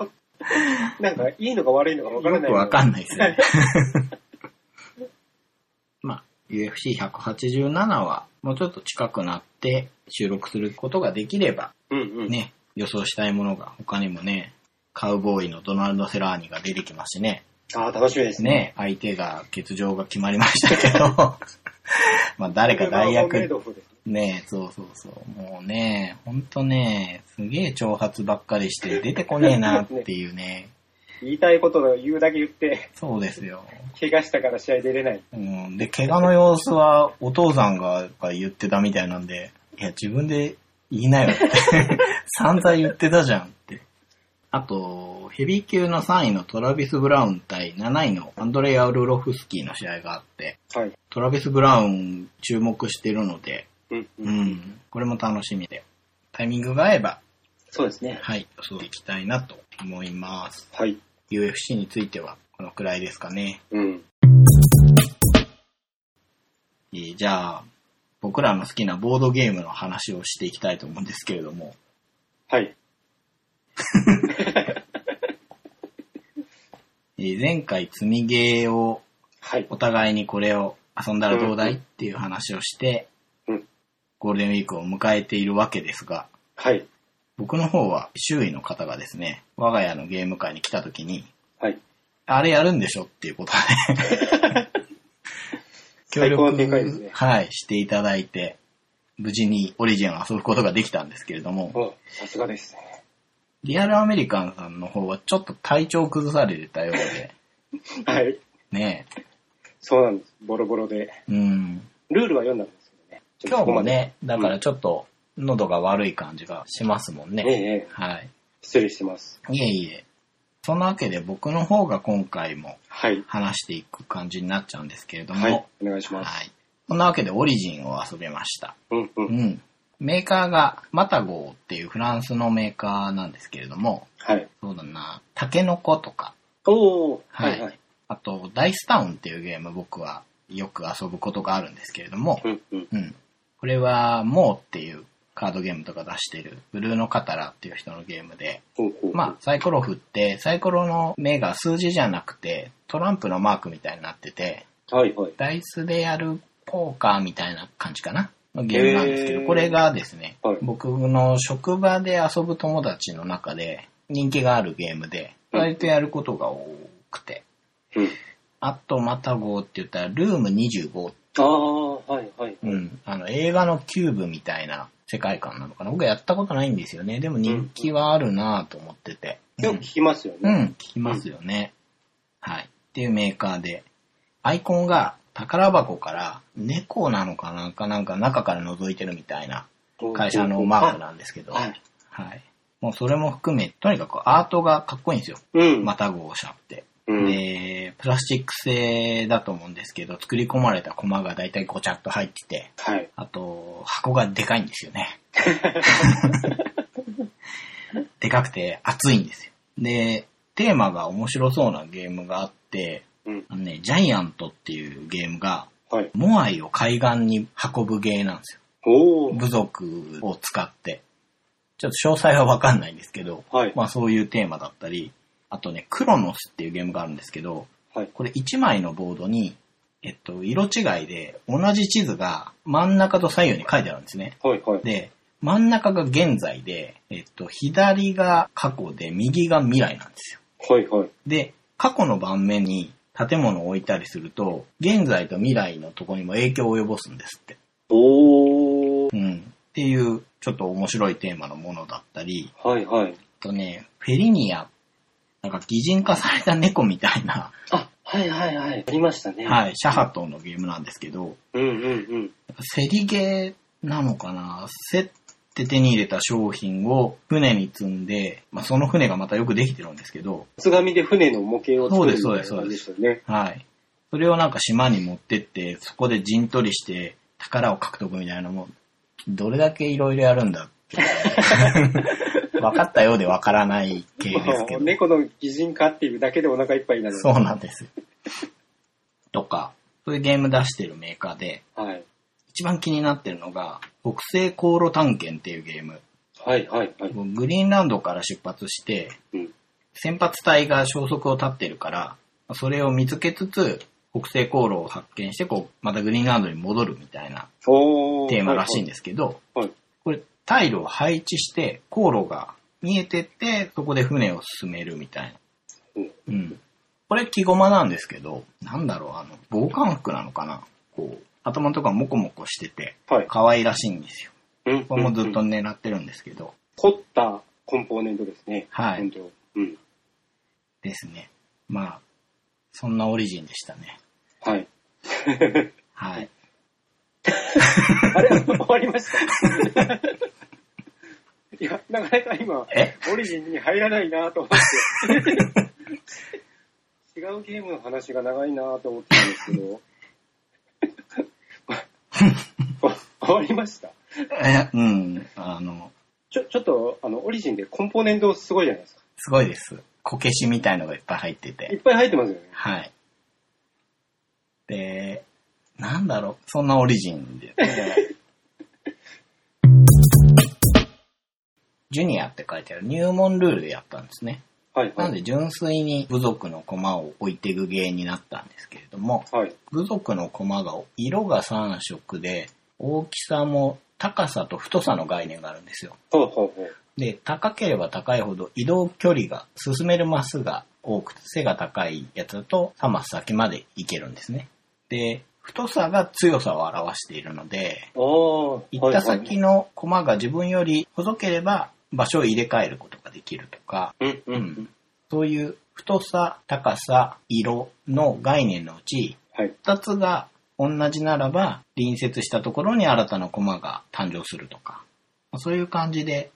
Speaker 2: なんか、いいのか悪いのかわから
Speaker 1: よ
Speaker 2: な
Speaker 1: く
Speaker 2: い。
Speaker 1: わかんないです ね。まあ、UFC187 はもうちょっと近くなって収録することができれば、
Speaker 2: うんうん。
Speaker 1: ね、予想したいものが他にもね、カウボーイのドナルド・セラーニが出てきますしね、
Speaker 2: ああ、楽しみですね。
Speaker 1: ね、相手が欠場が決まりましたけど、 まあ誰か代
Speaker 2: これ
Speaker 1: 役、
Speaker 2: はホームメイド風です
Speaker 1: ね、そうそうそう、もうね、ほんとね、すげえ挑発ばっかりして出てこねえなっていう ね、
Speaker 2: 言いたいことを言うだけ言って、
Speaker 1: そうですよ。
Speaker 2: 怪我したから試合出れない。
Speaker 1: うん、で、怪我の様子はお父さんが言ってたみたいなんで、いや、自分で言いなよ って。散々言ってたじゃんって。あと、ヘビー級の3位のトラビス・ブラウン対7位のアンドレイ・アルロフスキーの試合があって、
Speaker 2: はい。
Speaker 1: トラビス・ブラウン注目してるので、
Speaker 2: うん、
Speaker 1: う
Speaker 2: うん。
Speaker 1: ん、これも楽しみで、タイミングが合えば、
Speaker 2: そうですね。
Speaker 1: はい、予想いきたいなと思います。
Speaker 2: はい。
Speaker 1: UFC についてはこのくらいですかね。
Speaker 2: うん。
Speaker 1: えーじゃあ、僕らの好きなボードゲームの話をしていきたいと思うんですけれども、
Speaker 2: はい。
Speaker 1: えー前回積みゲーを
Speaker 2: はい。
Speaker 1: お互いにこれを遊んだらどうだいっていう話をして、
Speaker 2: うん
Speaker 1: ゴールデンウィークを迎えているわけですが、
Speaker 2: はい。
Speaker 1: 僕の方は周囲の方がですね、我が家のゲーム会に来た時に、
Speaker 2: はい。
Speaker 1: あれやるんでしょっていうことで、ね、協
Speaker 2: 最
Speaker 1: 力、
Speaker 2: 高の展開ですね。
Speaker 1: はい、していただいて、無事にオリジンを遊ぶことができたんですけれども、
Speaker 2: おさすがですね。
Speaker 1: リアルアメリカンさんの方はちょっと体調崩されてたよう で、
Speaker 2: はい。
Speaker 1: ね
Speaker 2: そうなんです。ボロボロで。
Speaker 1: え。うん。
Speaker 2: ルールは読んだんですけどね。ちょっと
Speaker 1: 今
Speaker 2: こ
Speaker 1: 日
Speaker 2: こ
Speaker 1: も
Speaker 2: まで。
Speaker 1: ね、だからちょっと喉が悪い感じがしますもん
Speaker 2: ええ
Speaker 1: ね。
Speaker 2: ええ。
Speaker 1: はい。
Speaker 2: 失礼してます。
Speaker 1: いえいえ。そんなわけで僕の方が今回も
Speaker 2: はい。
Speaker 1: 話していく感じになっちゃうんですけれども、
Speaker 2: はい。お願いします。
Speaker 1: はい。そんなわけでオリジンを遊べました。
Speaker 2: うんう。
Speaker 1: うんん。メーカーがマタゴーっていうフランスのメーカーなんですけれども、
Speaker 2: はい。
Speaker 1: そうだな、タケノコとか、
Speaker 2: おー。
Speaker 1: は
Speaker 2: はいいはい。
Speaker 1: あと、ダイスタウンっていうゲーム僕はよく遊ぶことがあるんですけれども、
Speaker 2: うんうん。
Speaker 1: うん。これは、モーっていうカードゲームとか出してる、ブルーノカタラっていう人のゲームで、
Speaker 2: ほうほう
Speaker 1: まあ、サイコロ振って、サイコロの目が数字じゃなくて、トランプのマークみたいになってて、
Speaker 2: あ。はいはい。
Speaker 1: ダイスでやるポーカーみたいな感じかなのゲームなんですけ
Speaker 2: へ
Speaker 1: ど、
Speaker 2: ー
Speaker 1: これがですね、
Speaker 2: はい
Speaker 1: 僕の職場で遊ぶ友達の中で人気があるゲームで、
Speaker 2: うん
Speaker 1: 割とやることが多くて、
Speaker 2: うん。
Speaker 1: あと、また5って言ったら、ルーム25っ
Speaker 2: ああ、はいはい。
Speaker 1: うん、あの映画のキューブみたいな世界観なのかな僕やったことないんですよねでも人気はあるなぁと思ってて、う
Speaker 2: よく
Speaker 1: ん
Speaker 2: 聞きますよ
Speaker 1: う
Speaker 2: ね。
Speaker 1: ん、聞きますよね、はいっていうメーカーでアイコンが宝箱から猫なのかなんかなんか中から覗いてるみたいな会社のマークなんですけど、
Speaker 2: は
Speaker 1: はい
Speaker 2: い。
Speaker 1: もうそれも含めとにかくアートがかっこいいんですよ
Speaker 2: うん。
Speaker 1: また号車って
Speaker 2: うん
Speaker 1: で、プラスチック製だと思うんですけど、作り込まれたコマがだいたいごちゃっと入ってて、
Speaker 2: はい。
Speaker 1: あと、箱がでかいんですよね。でかくて熱いんですよ。で、テーマが面白そうなゲームがあって、
Speaker 2: うん。
Speaker 1: あのね、ジャイアントっていうゲームが、
Speaker 2: はい。
Speaker 1: モアイを海岸に運ぶゲーなんですよ。
Speaker 2: おー。
Speaker 1: 部族を使って。ちょっと詳細はわかんないんですけど、
Speaker 2: はい。
Speaker 1: まあそういうテーマだったり、あとね、クロノスっていうゲームがあるんですけど、
Speaker 2: はい。
Speaker 1: これ1枚のボードに、えっと、色違いで同じ地図が真ん中と左右に書いてあるんですね。
Speaker 2: はい。はい。
Speaker 1: で、真ん中が現在で、えっと、左が過去で右が未来なんですよ。
Speaker 2: はい。はい。
Speaker 1: で、過去の盤面に建物を置いたりすると、現在と未来のとこにも影響を及ぼすんですって。
Speaker 2: おー。
Speaker 1: うん。っていう、ちょっと面白いテーマのものだったり、
Speaker 2: はい。はい。
Speaker 1: あとね、フェリニア、なんか擬人化された猫みたいな、
Speaker 2: あ、はい。はい。はい。ありましたね。い。
Speaker 1: はい、シャハトンのゲームなんですけど、
Speaker 2: うん。うん。
Speaker 1: セリゲーなのかな競って手に入れた商品を船に積んで、まあ、その船がまたよくできてるんですけど、
Speaker 2: 津紙で船の模型を作るみた
Speaker 1: そう
Speaker 2: い
Speaker 1: で
Speaker 2: な
Speaker 1: すそう
Speaker 2: 感じ
Speaker 1: で
Speaker 2: ですすよね。
Speaker 1: はい。それをなんか島に持ってって、そこで陣取りして宝を獲得みたいなもん、どれだけいろいろやるんだって。分かったようで分からない系ですけど。
Speaker 2: 猫の擬人化っていうだけでお腹いっぱいになる。
Speaker 1: そうなんです。とか、そういうゲーム出してるメーカーで、
Speaker 2: はい。
Speaker 1: 一番気になってるのが、北西航路探検っていうゲーム。
Speaker 2: はい。はい。はい。
Speaker 1: グリーンランドから出発して、
Speaker 2: うん。
Speaker 1: 先発隊が消息を絶ってるから、それを見つけつつ、北西航路を発見して、こう、またグリーンランドに戻るみたいな
Speaker 2: おー。
Speaker 1: テーマらしいん
Speaker 2: で
Speaker 1: ですけど、
Speaker 2: す。はい。
Speaker 1: これ、タイルを配置して、航路が見えてって、そこで船を進めるみたいな。う
Speaker 2: うん
Speaker 1: ん。これ、木駒なんですけど、なんだろう、あの、防寒服なのかなこう、頭のとかモコモコしてて、
Speaker 2: はい。
Speaker 1: 可愛らしいんですよ。
Speaker 2: うん
Speaker 1: これもずっと
Speaker 2: うんうん
Speaker 1: 狙ってるんですけど、
Speaker 2: 凝ったコンポーネントですね。
Speaker 1: はい
Speaker 2: 本当うん。
Speaker 1: ですね。まあ、そんなオリジンでしたね。
Speaker 2: はい。
Speaker 1: はい。
Speaker 2: あれ終わりました。 いや、なかなか今、
Speaker 1: え
Speaker 2: オリジンに入らないなと思って。違うゲームの話が長いなと思ってたんですけど。わ終わりました。
Speaker 1: え、 うん。あの、
Speaker 2: ちょ、ちょっと、あの、オリジンでコンポーネントすごいじゃないですか。
Speaker 1: すごいです。こけしみたいのがいっぱい入って。
Speaker 2: いってぱい入ってますよね。
Speaker 1: はい。で、なんだろう、そんなオリジンで。 ジュニアって書いてある入門ルールでやったんですね。
Speaker 2: はい、
Speaker 1: な
Speaker 2: は
Speaker 1: の
Speaker 2: い。
Speaker 1: で純粋に部族の駒を置いていく芸になったんですけれども、
Speaker 2: はい。
Speaker 1: 部族の駒が色が3色で、大きさも高さと太さの概念があるんですよ。
Speaker 2: ほうほうほう。
Speaker 1: で、高ければ高いほど移動距離が、進めるマスが多くて、背が高いやつだと3マス先まで行けるんですね。で、太さが強さを表しているので、
Speaker 2: ああ。
Speaker 1: 行った先の駒が自分より細ければ場所を入れ替えることができるとか、
Speaker 2: うん、うん、う
Speaker 1: うん
Speaker 2: ん。
Speaker 1: そういう太さ、高さ、色の概念のうち、
Speaker 2: はい。
Speaker 1: 2つが同じならば、隣接したところに新たな駒が誕生するとか、まあそういう感じで、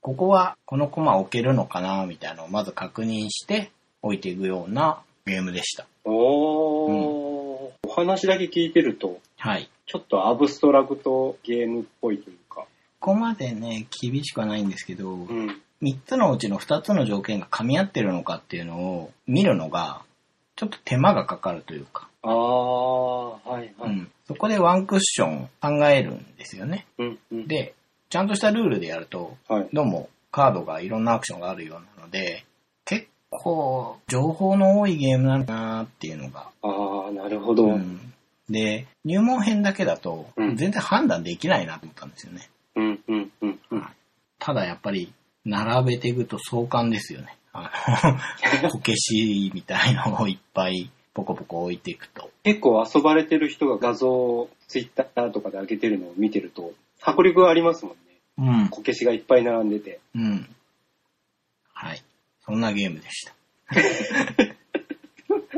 Speaker 1: ここはこの駒置けるのかな、みたいなのをまず確認して置いていくようなゲームでした。
Speaker 2: おー、お話だけ聞いてると、
Speaker 1: はい。
Speaker 2: ちょっとアブストラクトゲームっぽいというか。
Speaker 1: ここまでね、厳しくはないんですけど、
Speaker 2: うん。
Speaker 1: 3つのうちの2つの条件が噛み合ってるのかっていうのを見るのが、ちょっと手間がかかるというか、
Speaker 2: あー、はい、は
Speaker 1: う
Speaker 2: い。
Speaker 1: ん、そこでワンクッション考えるんですよね。
Speaker 2: うん、うん。
Speaker 1: で、ちゃんとしたルールでやると、
Speaker 2: はい。
Speaker 1: どうもカードがいろんなアクションがあるようなので、結構情報の多いゲームなんだなっていうのが。
Speaker 2: あー、なるほど。うん、
Speaker 1: で、入門編だけだと
Speaker 2: うん
Speaker 1: 全然判断できないなと思ったんですよね。
Speaker 2: うん、うん、うん。
Speaker 1: ただやっぱり並べていくと壮観ですよね。あの、こけしみたいのをいっぱいポコポコ置いていくと。
Speaker 2: 結構遊ばれてる人が画像をツイッターとかで上げてるのを見てると、迫力がありますもんね。
Speaker 1: うん。
Speaker 2: こけしがいっぱい並んでて。
Speaker 1: うん。はい。そんなゲームでした。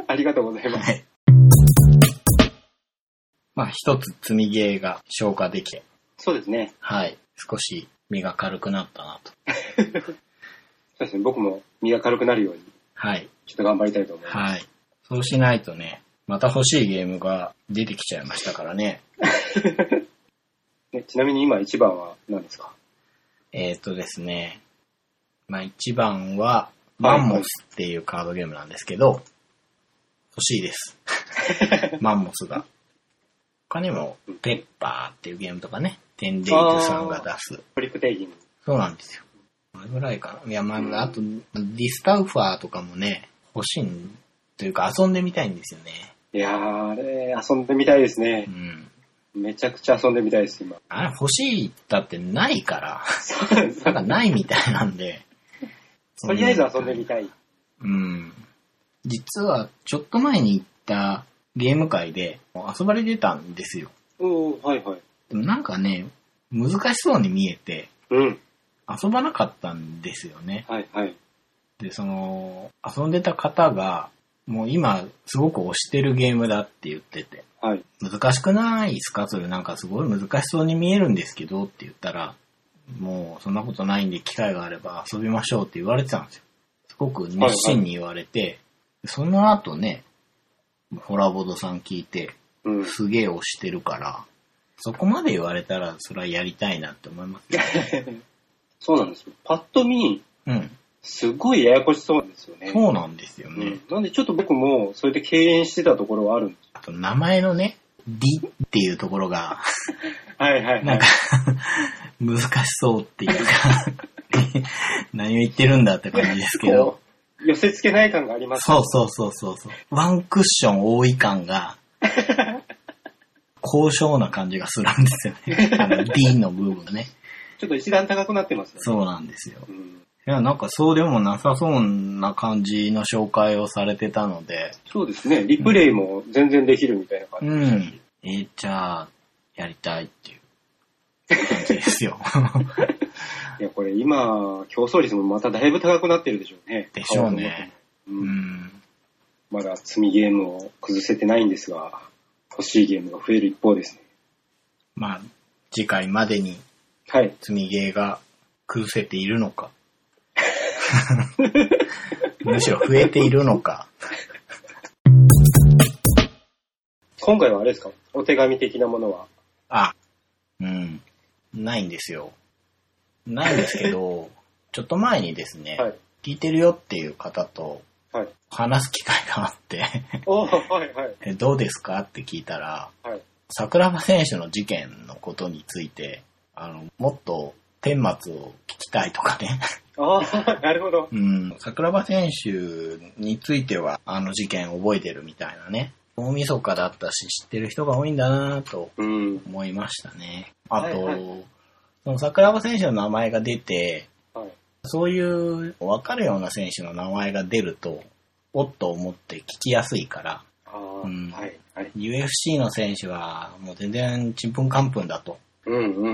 Speaker 2: ありがとうございます。
Speaker 1: はい。まあ一つ積みゲーが消化できて、
Speaker 2: そうですね。
Speaker 1: はい。少し身が軽くなったなと。
Speaker 2: そうですね。僕も身が軽くなるように、
Speaker 1: はい。
Speaker 2: ちょっと頑張りたいと思います。
Speaker 1: はい。そうしないとね、また欲しいゲームが出てきちゃいましたからね。
Speaker 2: ね、ちなみに今一番は何ですか
Speaker 1: えっ、ー、とですね、まあ一番は、マンモスっていうカードゲームなんですけど、欲しい です。マンモスが。他にも、ペッパーっていうゲームとかね、テンデイズさんが出す。
Speaker 2: トリックテイキング。
Speaker 1: そうなんですよ。これぐらいかな。いや、まあ、あと、ディスタウファーとかもね、欲しいんというか遊んでみたいんですよね。
Speaker 2: いやー、あれ、遊んでみたいですね
Speaker 1: う。ん。
Speaker 2: めちゃくちゃ遊んでみたいです、今。
Speaker 1: あれ欲しいだってないから、
Speaker 2: そうなんです
Speaker 1: なんかないみたいなんで。
Speaker 2: とりあえず遊んでみたい。
Speaker 1: うん。実は、ちょっと前に行ったゲーム会で遊ばれてたんですよ。
Speaker 2: おー、はいはい。
Speaker 1: でもなんかね、難しそうに見えて、
Speaker 2: うん。
Speaker 1: 遊ばなかったんですよね。
Speaker 2: はいはい。
Speaker 1: で、その、遊んでた方が、もう今、すごく推してるゲームだって言ってて、
Speaker 2: はい。
Speaker 1: 難しくないですかそれなんかすごい難しそうに見えるんですけどって言ったら、もうそんなことないんで機会があれば遊びましょうって言われてたんですよ。すごく熱心に言われて、その後ね、ホラボドさん聞いて、
Speaker 2: うん。
Speaker 1: すげえ推してるから、そこまで言われたらそれはやりたいなって思いますね。
Speaker 2: そうなんですよ。パッと見、
Speaker 1: うん。
Speaker 2: すごいややこしそうなんですよね。
Speaker 1: そうなんですよ
Speaker 2: う
Speaker 1: ね
Speaker 2: ん。。なんでちょっと僕も、それで敬遠してたところはあるんで
Speaker 1: あと名前のね、D っていうところが、
Speaker 2: す。はいは い
Speaker 1: なんか、難しそうっていうか、 何を言ってるんだって感じですけど、
Speaker 2: こう寄せ付けない感があります。
Speaker 1: そうそうそうそうそう。ワンクッション多い感 が、高尚な感じがするんですよ ね。あの D の部分がね。
Speaker 2: ちょっと一段高くなってますよね。
Speaker 1: そうなんですよ。
Speaker 2: う。ん、
Speaker 1: いや、なんかそうでもなさそうな感じの紹介をされてたので、
Speaker 2: そうですね。リプレイも全然できるみたいな感じ。
Speaker 1: うん。えーじゃあ、やりたいっていう感じです よ。
Speaker 2: いや、これ今、競争率もまただいぶ高くなってるでしょうね。
Speaker 1: でしょうね。
Speaker 2: うん。
Speaker 1: うん。
Speaker 2: まだ積みゲームを崩せてないんですが、欲しいゲームが増える一方ですね。
Speaker 1: まあ、次回までに
Speaker 2: はい。
Speaker 1: 積みゲーが崩せているの か。むしろ増えているのか。
Speaker 2: 今回はあれですかお手紙的なものは。
Speaker 1: あ、うん。ないんですよ。ないんですけど、 ちょっと前にですね、
Speaker 2: はい。
Speaker 1: 聞いてるよっていう方と
Speaker 2: はい。
Speaker 1: 話す機会があって、
Speaker 2: おー、はいはい。
Speaker 1: えどうですかって聞いたら、
Speaker 2: はい。
Speaker 1: 桜庭選手の事件のことについて、あの、もっと顛末を聞きたいとかね。
Speaker 2: あー、 なるほど。
Speaker 1: うん、桜庭選手についてはあの事件覚えてるみたいなね。大晦日だったし知ってる人が多いんだなと
Speaker 2: うん。
Speaker 1: 思いましたね。あと、
Speaker 2: はい
Speaker 1: その桜庭選手の名前が出て、
Speaker 2: はい。
Speaker 1: そういう分かるような選手の名前が出ると、おっと思って聞きやすいから、
Speaker 2: あー、
Speaker 1: うん
Speaker 2: はい。はい。
Speaker 1: UFC の選手はもう全然ちんぷんかんぷんだと
Speaker 2: うんうんう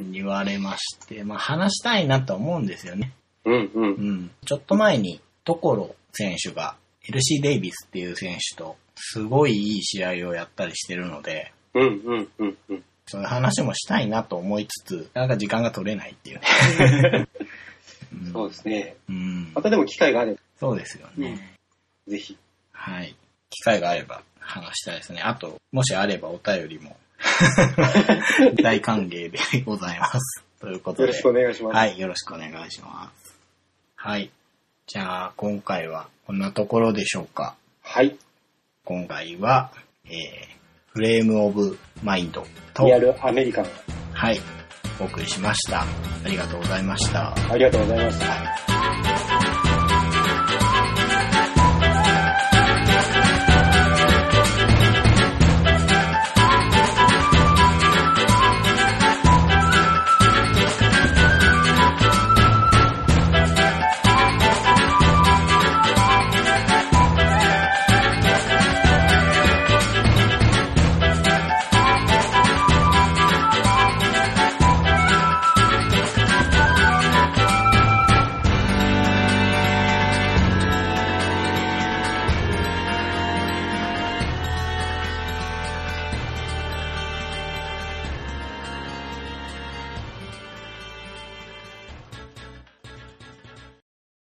Speaker 2: ん
Speaker 1: 言われまして、まあ話したいなと思うんですよね。
Speaker 2: うん。うんう。
Speaker 1: うんん、ちょっと前に、所選手が、LC デイビスっていう選手と、すごいいい試合をやったりしてるので、
Speaker 2: うんうんうんうん。
Speaker 1: そういう話もしたいなと思いつつ、なんか時間が取れないっていうね。うん
Speaker 2: そうですね。
Speaker 1: うん
Speaker 2: またでも機会があれば、
Speaker 1: そうですよね。
Speaker 2: うんぜひ。
Speaker 1: はい。機会があれば話したいですね。あと、もしあればお便 りも、大歓迎でございます。ということ
Speaker 2: よ
Speaker 1: で。
Speaker 2: ろしくお願いします。
Speaker 1: はい、よろしくお願いします。はい。じゃあ、今回はこんなところでしょうか。
Speaker 2: はい。
Speaker 1: 今回は、えー、フレームオブマインドと、
Speaker 2: リアルアメリカン。
Speaker 1: はい、お送りしました。ありがとうございました。
Speaker 2: ありがとうございました。
Speaker 1: はい